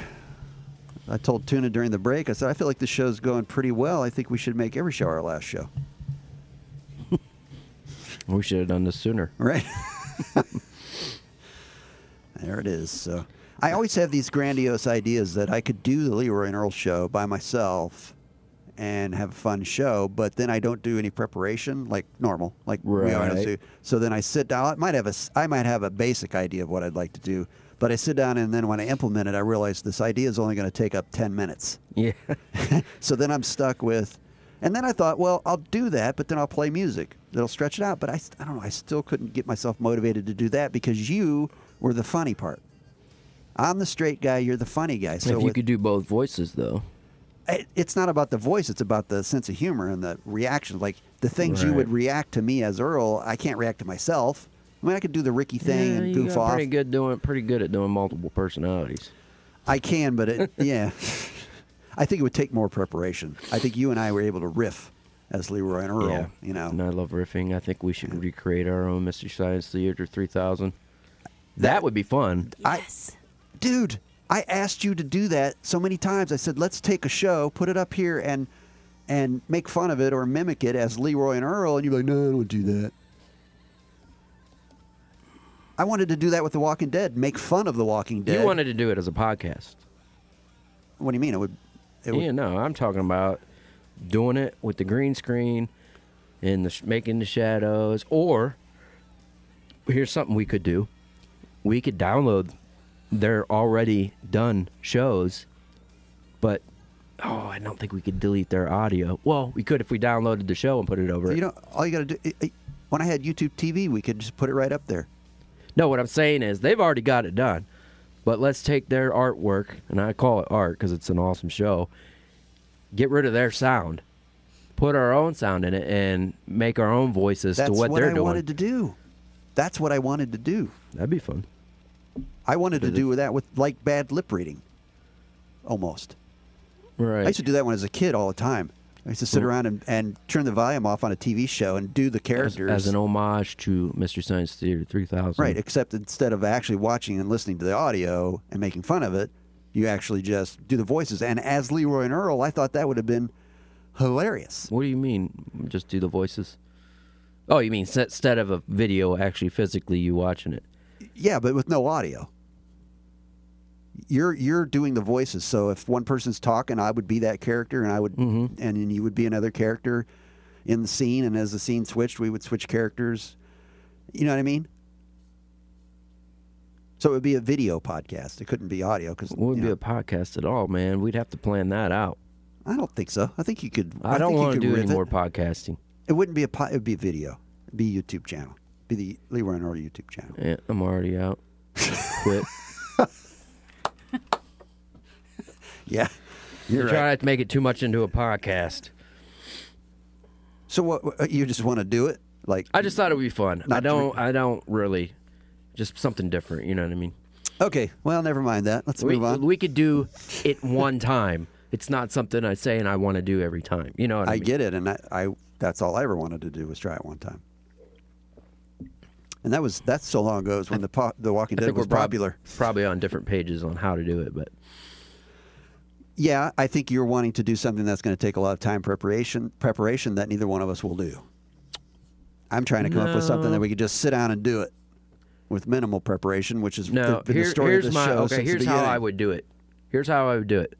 A: I told Tuna during the break. I said I feel like the show's going pretty well. I think we should make every show our last show,
B: We should have done this sooner.
A: right? there it is. So I always have these grandiose ideas that I could do the Leroy and Earl show by myself and have a fun show, but then I don't do any preparation like normal, like we always
B: Right.
A: do. So then I sit down. I might have a s- I might have a basic idea of what I'd like to do, but I sit down and then when I implement it, I realize this idea is only going to take up ten minutes.
B: Yeah.
A: so then I'm stuck with, and then I thought, well, I'll do that, but then I'll play music. It'll stretch it out. But I, st- I don't know. I still couldn't get myself motivated to do that because you were the funny part. I'm the straight guy. You're the funny guy. So
B: if you
A: with-
B: could do both voices though.
A: it- it's not about the voice. It's about the sense of humor and the reaction. Like the things you would
B: Right.
A: react to me as Earl, I can't react to myself. I mean, I could do the Ricky thing
B: yeah,
A: and
B: you
A: goof
B: got
A: off.
B: Pretty good doing. Pretty good at doing multiple personalities.
A: I can, but it, yeah. I think it would take more preparation. I think you and I were able to riff as Leroy and Earl.
B: yeah.
A: You know,
B: And I love riffing. I think we should recreate our own Mystery Science Theater 3000. That would be fun.
A: I-
C: Yes.
A: dude, I asked you to do that so many times. I said, let's take a show, put it up here, and and make fun of it or mimic it as Leroy and Earl. And you're like, no, I don't do that. I wanted to do that with The Walking Dead, make fun of The Walking Dead.
B: You wanted to do it as a podcast.
A: What do you mean? It would. It would
B: yeah, no, I'm talking about doing it with the green screen and the sh- making the shadows. Or here's something we could do: we could download their already done shows, but oh, I don't think we could delete their audio. Well, we could if we downloaded the show and put it over.
A: You
B: it.
A: don't. All you got to do. It, it, when I had YouTube TV, we could just put it right up there.
B: No, what I'm saying is they've already got it done. But let's take their artwork, and I call it art because it's an awesome show. Get rid of their sound, put our own sound in it, and make our own voices
A: That's
B: to what,
A: what,
B: they're
A: I
B: doing.
A: wanted to do. That's what I wanted to do.
B: That'd be fun.
A: I wanted to
B: Did it-
A: do that with like bad lip reading, almost.
B: Right.
A: I used to do that when I was a kid all the time. I used to sit
B: Cool.
A: around and, and turn the volume off on a TV show and do the
B: as,
A: characters.
B: as an homage to Mr. Science Theater 3000.
A: right, except instead of actually watching and listening to the audio and making fun of it, You actually just do the voices. And as Leroy and Earl, I thought that would have been hilarious.
B: What do you mean? Just do the voices? Oh, you mean s- instead of a video, actually physically you watching it?
A: Yeah, but with no audio. You're you're doing the voices. So if one person's talking, I would be that character, and I would,
B: Mm-hmm.
A: and then you would be another character in the scene. And as the scene switched, we would switch characters. You know what I mean? So it would be a video podcast. It couldn't be audio because
B: It wouldn't
A: you
B: be
A: know,
B: a podcast at all, man. We'd have to plan that out.
A: I don't think so. I think you could.
B: I, don't
A: think you
B: want to
A: could
B: do
A: riff
B: any
A: it.
B: more podcasting.
A: It wouldn't be a. Po- it would be video. It'd be a YouTube channel. Be the Leroy and Earl YouTube channel.
B: Yeah, I'm already out. Quit.
A: Yeah, you're
B: Try
A: right.
B: not to make it too much into a podcast.
A: So what? what- You just want to do it? Like
B: I just thought it would be fun. I
A: Not
B: don't. I don't really. Just something different. You know what I mean?
A: okay. Well, never mind that. Let's
B: We,
A: move on.
B: we could do it one time. It's not something I say and I want to do every time. You know what I,
A: I
B: mean?
A: get it, and I, I that's all I ever wanted to do was try it one time. And that was that's so long ago. It was when the po- the Walking
B: I
A: Dead
B: think
A: was
B: we're prob-
A: popular.
B: probably on different pages on how to do it, but
A: Yeah, I think you're wanting to do something that's going to take a lot of time preparation preparation that neither one of us will do. I'm trying to come up with something that we could just sit down and do it with minimal preparation, which is
B: no.
A: the, been
B: here-
A: the story
B: here's
A: of this
B: my
A: show
B: okay.
A: since the
B: Here's how I
A: beginning.
B: would do it. Here's how I would do it.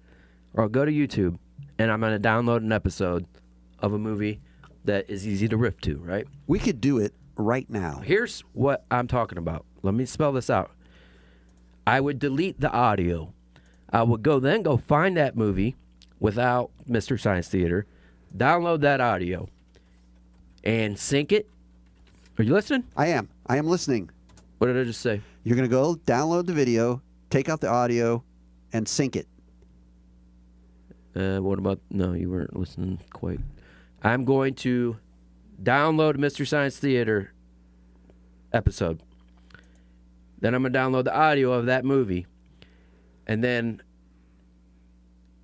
B: Or I'll go to YouTube and I'm gonna download an episode of a movie that is easy to riff to. Right?
A: We could do it right now.
B: Here's what I'm talking about. Let me spell this out. I would delete the audio. I would go then go find that movie without Mr. Science Theater, download that audio, and sync it. Are you listening?
A: I am. I am listening.
B: What did I just say?
A: You're going to go download the video, take out the audio, and sync it.
B: Uh, what about? No, you weren't listening quite. I'm going to download Mr. Science Theater episode. Then I'm going to download the audio of that movie. And then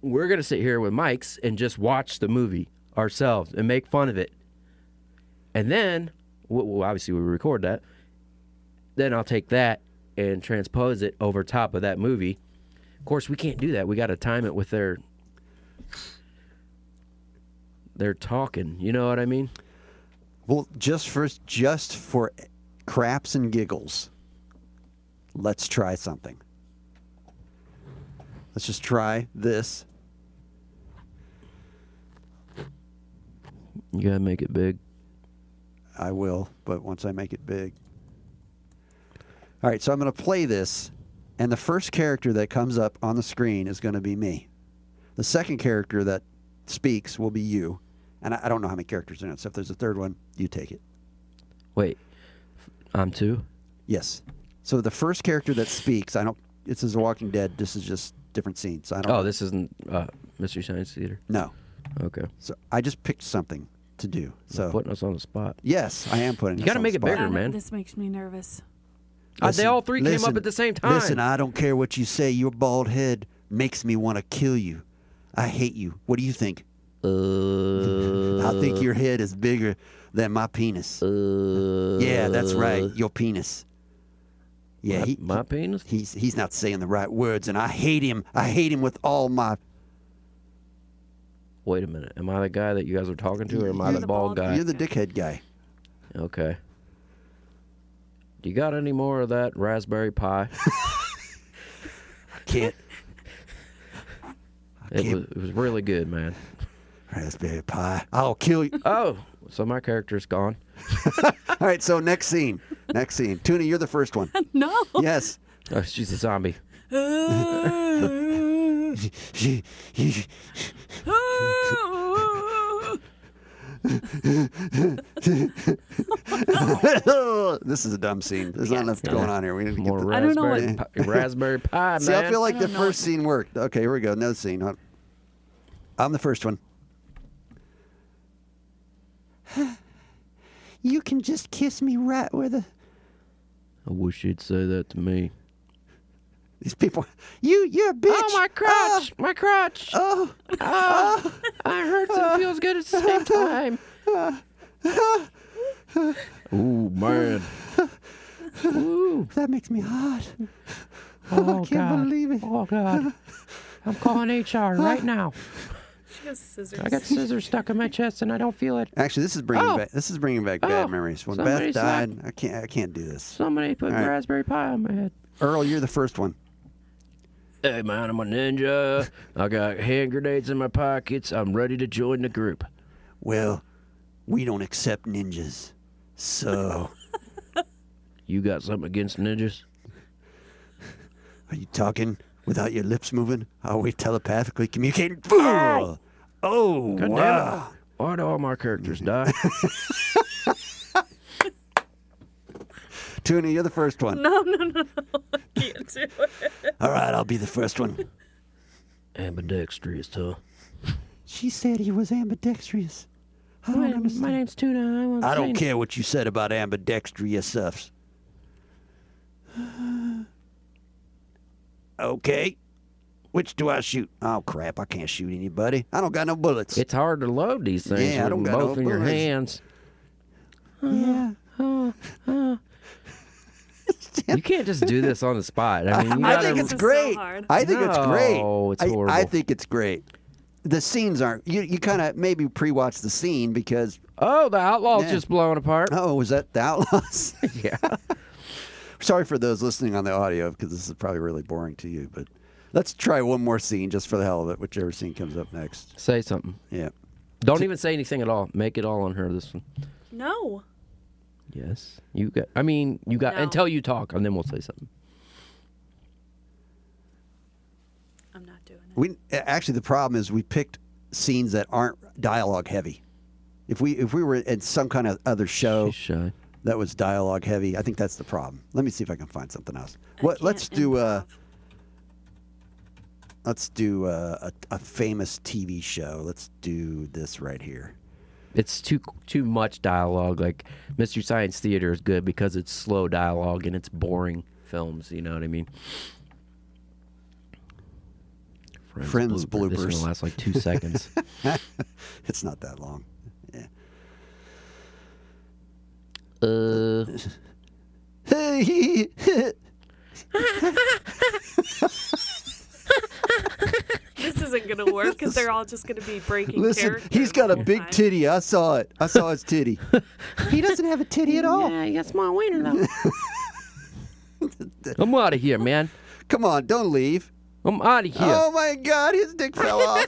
B: we're going to sit here with mics and just watch the movie ourselves and make fun of it. And then, well, well, obviously, we record that. Then I'll take that and transpose it over top of that movie. Of course, we can't do that. We got to time it with their they're talking. You know what I mean?
A: Well, just for just for craps and giggles, let's try something. Let's just try this.
B: You gotta make it big.
A: I will, but once I make it big. All right, so I'm going to play this, and the first character that comes up on the screen is going to be me. The second character that speaks will be you, and I, I don't know how many characters are in it. So if there's a third one, you take it.
B: Wait, I'm two.
A: Yes. So the first character that speaks, I don't. This is The Walking Dead. This is just different scenes. I don't.
B: Oh, this isn't uh, Mystery Science Theater.
A: No.
B: Okay,
A: So I just picked something to do. So
B: putting us on the spot.
A: yes, I am putting.
B: You
A: us
B: gotta
A: on
B: make
A: the
B: it
A: spot.
B: bigger,
C: God,
B: man.
C: Uh, This makes me nervous.
B: Uh, they
A: Listen-
B: all three came
A: listen-
B: up at the same time.
A: Listen, I don't care what you say. Your bald head makes me want to kill you. I hate you. What do you think?
B: Uh.
A: I think your head is bigger than my penis.
B: Uh.
A: yeah, that's right. Your penis. Yeah,
B: my,
A: he,
B: my penis.
A: he's he's not saying the right words, and I hate him. I hate him with all my.
B: Wait a minute. Am I the guy that you guys are talking to, or am I
A: You're
B: the
A: the
B: bald
C: bald
B: guy?
A: You're the dickhead guy.
B: Okay. Do you got any more of that raspberry pie?
A: I can't.
B: it,
A: can't-
B: was, it was really good, man.
A: Raspberry pie. I'll kill you.
B: Oh, so my character's gone.
A: All right, so next scene. Next scene. Tuna, you're the first one.
C: No.
A: Yes.
B: Oh, she's a zombie.
A: this is a dumb scene. There's not enough going on here. We need to get
B: More
A: the...
C: I don't know
B: raspberry,
A: what-
B: pi- raspberry pie, man.
A: See, I feel like
C: I
A: the
C: don't know.
A: first scene worked. Okay, here we go. No scene. Hold- I'm the first one. You can just kiss me right where the
B: I wish you'd say that to me.
A: these people. You, you're a bitch. Ah.
B: Oh my crotch! my crotch! Oh,
I: Ah.
B: I hurts
A: Ah.
B: and feels good at the same time. Ooh man! Ooh,
A: that makes me hot.
B: oh
A: Oh, can't
B: god!
I: oh,
A: believe Ah. it.
B: Oh god!
I: I'm calling HR right now.
C: She has scissors.
I: I got scissors stuck in my chest and I don't feel it.
A: Actually, this is bringing
I: Oh.
A: back this is bringing back bad
I: Oh,
A: memories. When
I: somebody
A: Beth died,
I: slapped-
A: I can't I can't do this.
I: Somebody put
A: right.
I: raspberry pie on my head.
A: Earl, you're the first one.
B: Hey man, I'm a ninja. I got hand grenades in my pockets. I'm ready to join the group.
A: Well, we don't accept ninjas, so
B: You got something against ninjas?
A: Are you talking without your lips moving? Are we telepathically communicating? Boom! Oh,
B: damn it.
A: wow.
B: Why do all my characters die?
A: Tuna, you're the first one.
C: No, no, no, no. I can't do it.
A: All right, I'll be the first one.
B: Ambidextrous, huh?
A: She said he was ambidextrous. I
I: My,
A: don't understand.
I: my name's Tuna. I, won't
A: I don't
I: say
A: care what you said about ambidextrous stuffs. okay. Which do I shoot? Oh, crap. I can't shoot anybody. I don't got no bullets.
B: It's hard to load these things
A: Yeah, I
B: with
A: don't
B: them
A: got
B: both
A: no
B: in your
A: bullets.
B: hands.
A: yeah.
I: Uh,
B: You can't just do this on the spot. I mean, you
A: I
B: gotta,
A: think it's
C: This is so
A: great.
C: hard.
A: I think it's great.
B: No, it's
A: I- I,
B: horrible.
A: think it's great. The scenes aren't. You, you kind of maybe pre-watch the scene because
B: oh, the outlaw's
A: Yeah.
B: just blown apart.
A: oh, was that the Outlaws?
B: Yeah,
A: Sorry for those listening on the audio because this is probably really boring to you. But let's try one more scene just for the hell of it. Whichever scene comes up next.
B: say something.
A: Yeah.
B: Don't even say anything at all. Make it all on her. This one.
C: No.
B: Yes, you got. I mean, you got
C: No.
B: until you talk, and then we'll say something.
C: I'm not doing it.
A: We a- actually the problem is we picked scenes that aren't dialogue heavy. If we if we were at some kind of other show,
B: She's shy.
A: that was dialogue heavy. I think that's the problem. Let me see if I can find something else. What? Let's
C: Can't
A: do. Uh,
C: improv.
A: let's do uh, a, a famous TV show. Let's do this right here.
B: It's too too much dialogue. Like Mystery Science Theater is good because it's slow dialogue and it's boring films. You know what I mean?
A: Friends
B: This is
A: bloopers.
B: gonna last like two seconds.
A: It's not that long.
B: uh,
C: This isn't going to work because they're all just going to be breaking
A: Listen,
C: character
A: he's got a
C: the
A: big
C: time.
A: titty. I saw it. I saw his titty. he doesn't have a titty at all.
I: Yeah, you got small wiener though.
B: I'm out of here, man.
A: Come on, don't leave.
B: I'm out of here.
A: Oh my God, his dick fell off.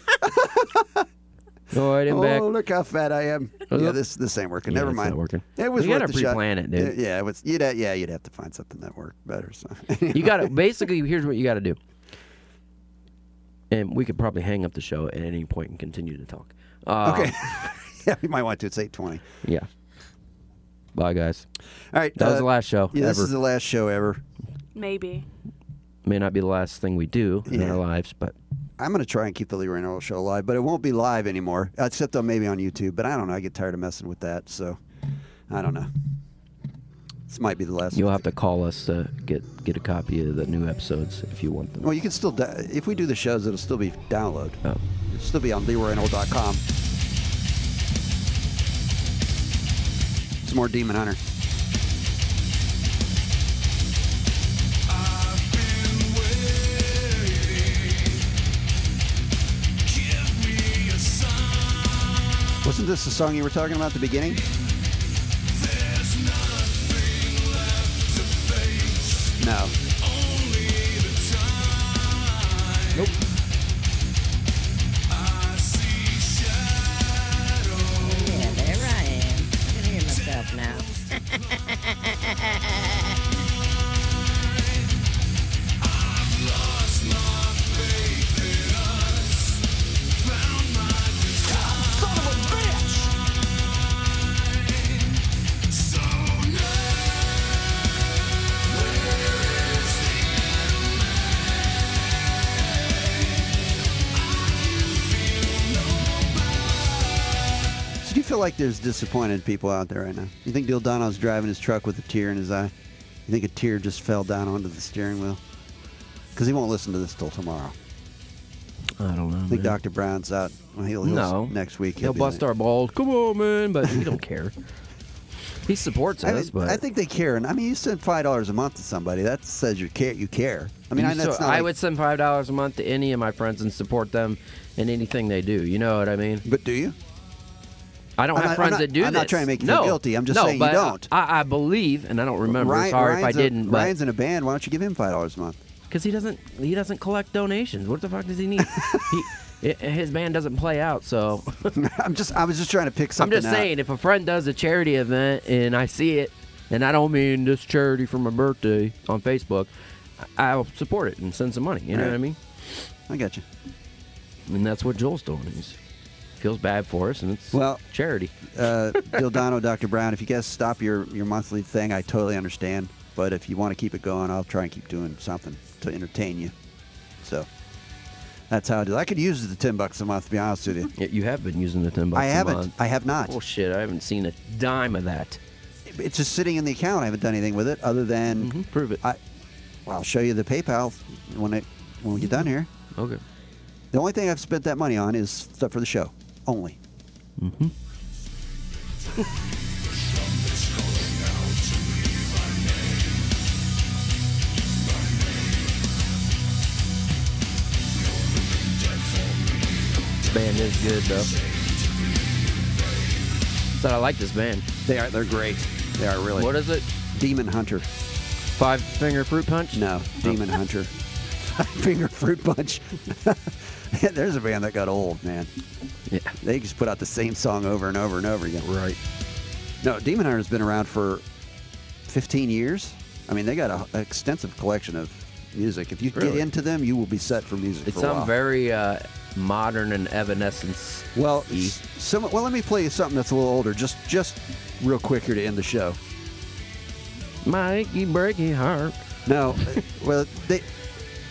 B: All right, I'm back.
A: Oh, look how fat I am.
B: Oh,
A: Yeah,
B: look.
A: this this ain't working.
B: Yeah,
A: Never
B: it's
A: mind.
B: not working.
A: It was
B: You
A: worth
B: gotta
A: the shot.
B: pre-plan it, dude.
A: Yeah, Yeah, it was, you'd ha- yeah, you'd have to find something that worked better. So.
B: You got to basically. Here's what you got to do. And we could probably hang up the show at any point and continue to talk. Uh,
A: okay. yeah, you might want to. It's eight twenty.
B: Yeah. Bye, guys.
A: All right.
B: That was
A: uh,
B: the last show
A: Yeah, this
B: ever.
A: is the last show ever.
C: Maybe.
B: May not be the last thing we do in
A: Yeah.
B: our lives, but
A: I'm going to try and keep the Leroy Noel show alive, but it won't be live anymore, except on maybe on YouTube. But I don't know. I get tired of messing with that, so I don't know. This might be the last.
B: you'll have to call us to get get a copy of the new episodes if you want them.
A: Well, you can still da- if we do the shows, it'll still be download.
B: Oh.
A: It'll still be on LeroyNoel.com. Some more Demon Hunter. Wasn't this the song you were talking about at the beginning? No.
J: Yeah, there I am. I can hear myself now.
A: So do you feel like there's disappointed people out there right now? You think Dildano's driving his truck with a tear in his eye? You think a tear just fell down onto the steering wheel? Because he won't listen to this till tomorrow.
B: I don't know.
A: I think
B: man.
A: Dr. Brown's out. Well, he'll, he'll
B: no,
A: next week.
B: he'll
A: be
B: bust
A: like-
B: our balls. Come on, man! But we don't care. He supports
A: I,
B: us,
A: mean,
B: but
A: I think they care, and I mean, you send five dollars a month to somebody that says you care. You care. I mean,
B: You
A: I know
B: so-
A: it's not.
B: I
A: like-
B: would send five dollars a month to any of my friends and support them in anything they do. You know what I mean?
A: But do you?
B: I don't
A: I'm
B: have
A: not- I'm
B: friends
A: not-
B: that do
A: I'm
B: this.
A: not trying to make you
B: no.
A: feel guilty. I'm just
B: no,
A: saying you
B: but
A: don't.
B: I, I believe, and I don't remember.
A: Ryan-
B: Sorry if I
A: Ryan's a-
B: didn't,
A: Ryan's in a band. Why don't you give him five dollars a month?
B: because he doesn't he doesn't collect donations. What the fuck does he need? he, i his band doesn't play out, so
A: I'm just I was just trying to pick
B: I'm
A: something.
B: just
A: out.
B: saying if a friend does a charity event and I see it, and I don't mean this charity for my birthday on Facebook, I- I'll support it and send some money. You know
A: Right.
B: what I mean?
A: I got you.
B: And that's what Joel's doing. He's feels bad for us, and it's
A: Well,
B: charity.
A: uh, Dildano, Dr. Brown, if you guys stop your, your monthly thing, I totally understand. But if you want to keep it going, I'll try and keep doing something to entertain you. So that's how I do. it. I could use the ten bucks a month. To be honest with you,
B: Yeah, you have been using the ten bucks.
A: I
B: a
A: haven't.
B: month.
A: I have not.
B: Oh shit! I haven't seen a dime of that.
A: It's just sitting in the account. I haven't done anything with it other than
B: Mhm, Prove it.
A: I. Well, I'll show you the PayPal when it when we get done here.
B: okay.
A: The only thing I've spent that money on is stuff for the show only.
B: This band is good though. Said I like this band.
A: They are they're great. They are really.
B: What is it?
A: Demon Hunter?
B: Five finger fruit punch?
A: No, Demon Hunter. Finger Fruit Punch. There's a band that got old, man.
B: Yeah.
A: They just put out the same song over and over and over again.
B: Right.
A: No, Demon Hunter's been around for 15 years. I mean, they got a- an extensive collection of music. If you get
B: Really?
A: into them, you will be set for music.
B: It
A: for a while.
B: sounds very uh, modern and evanescence.
A: well.
B: E.
A: s- Some, well, let me play you something that's a little older, just just real quick here to end the show.
B: My achy breaky heart.
A: No, uh, well, they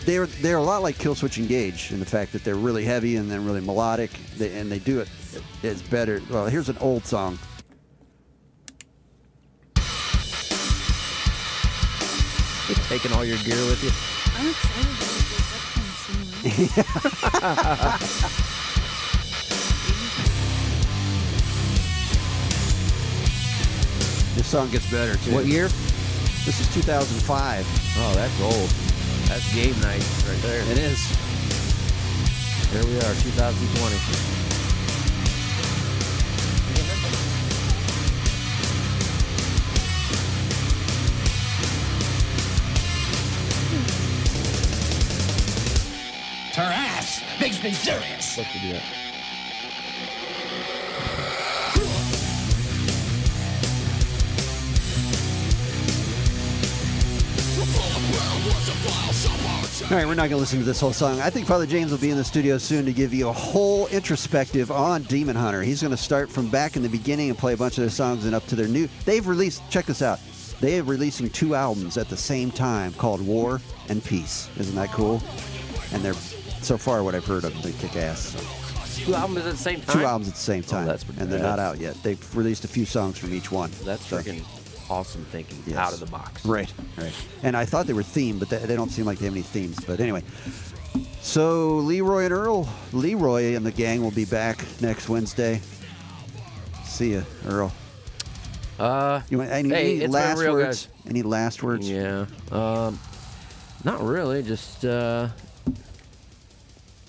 A: they're they're a lot like Killswitch Engage in the fact that they're really heavy and they're really melodic, they, and they do it it's better. Well, here's an old song.
B: You're taking all your gear with you.
K: I'm excited about this webcam soon.
A: This song gets better too.
B: What year?
A: This is 2005.
B: Oh, that's old. That's game night right there.
A: It is.
B: Here we are, 2020.
F: Her ass makes me furious.
B: Supposed to do that.
A: All right, we're not going to listen to this whole song. I think Father James will be in the studio soon to give you a whole introspective on Demon Hunter. He's going to start from back in the beginning and play a bunch of their songs and up to their new. They've released, check this out, they are releasing two albums at the same time called War and Peace. Isn't that cool? And they're, so far, what I've heard of them, they kick ass. So
B: Two albums at the same time.
A: two albums at the same time.
B: that's pretty
A: and they're
B: bad.
A: not out yet. They've released a few songs from each one.
B: That's
A: So-
B: freaking awesome thinking
A: Yes.
B: out of the box.
A: Right, right. And I thought they were themed, but they, they don't seem like they have any themes. But anyway, so Leroy and Earl, Leroy and the gang will be back next Wednesday. See ya, Earl.
B: Uh,
A: You want any,
B: Hey,
A: any
B: it's been
A: last
B: real,
A: words? Any last words?
B: yeah. Um, not really. Just uh,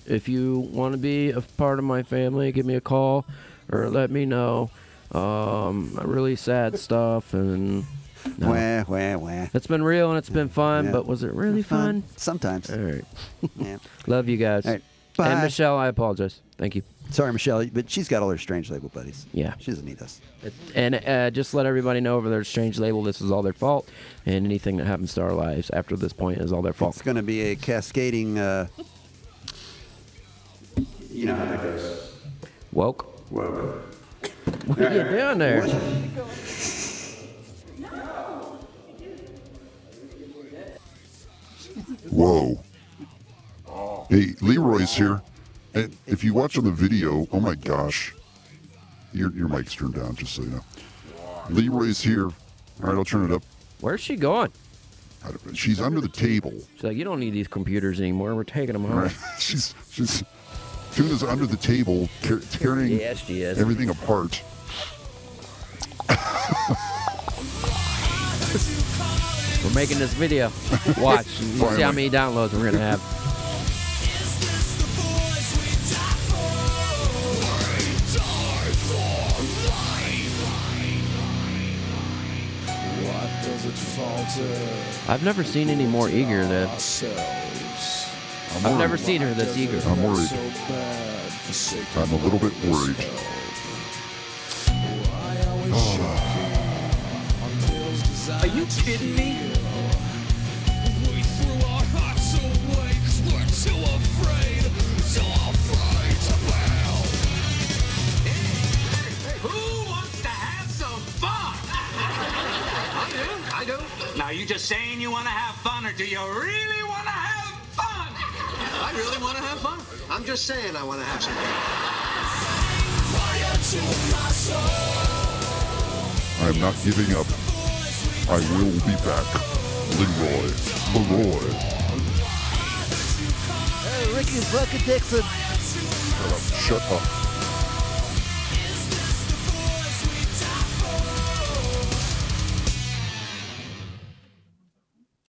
B: if you want to be a part of my family, give me a call or let me know. Um, really sad stuff, and no.
A: Wah, wah, wah.
B: it's been real and it's been fun.
A: Yeah.
B: But was it really fun?
A: Sometimes.
B: All right.
A: Yeah.
B: Love you guys.
A: All right. Bye.
B: And Michelle, I apologize. Thank you.
A: Sorry, Michelle, but she's got all her strange label buddies.
B: Yeah.
A: She doesn't need us.
B: And uh, just let everybody know over their strange label, this is all their fault, and anything that happens to our lives after this point is all their fault.
A: It's going to be a cascading. Uh, you know how that goes.
B: Woke.
A: Whoa.
B: What are you doing there?
E: Whoa. Hey, Leroy's here. And if you watch on the video, oh my gosh. Your, your mic's turned down, just so you know. Leroy's here. All right, I'll turn it up.
B: Where's she going?
E: I don't- She's under the table.
B: She's like, you don't need these computers anymore. We're taking them home.
E: she's she's Tuna's under the table tear- tearing
B: Yes, she is.
E: everything apart.
B: We're making this video. Watch. You see how many downloads we're gonna have.
D: What does it falter?
B: I've never seen any more eager than. I've never seen her this eager.
E: I'm worried. I'm a little bit worried. Oh.
F: Are you kidding me?
G: Who wants to have some fun? I do, I do.
F: Now, you just saying you want to have fun, or do you really want to have fun?
G: I really want to have fun. I'm just saying I want to have some fun.
E: I'm not giving up. I will be back. Leroy. Leroy.
A: Hey, Ricky Bucket Dixon.
E: Shut up. Shut up.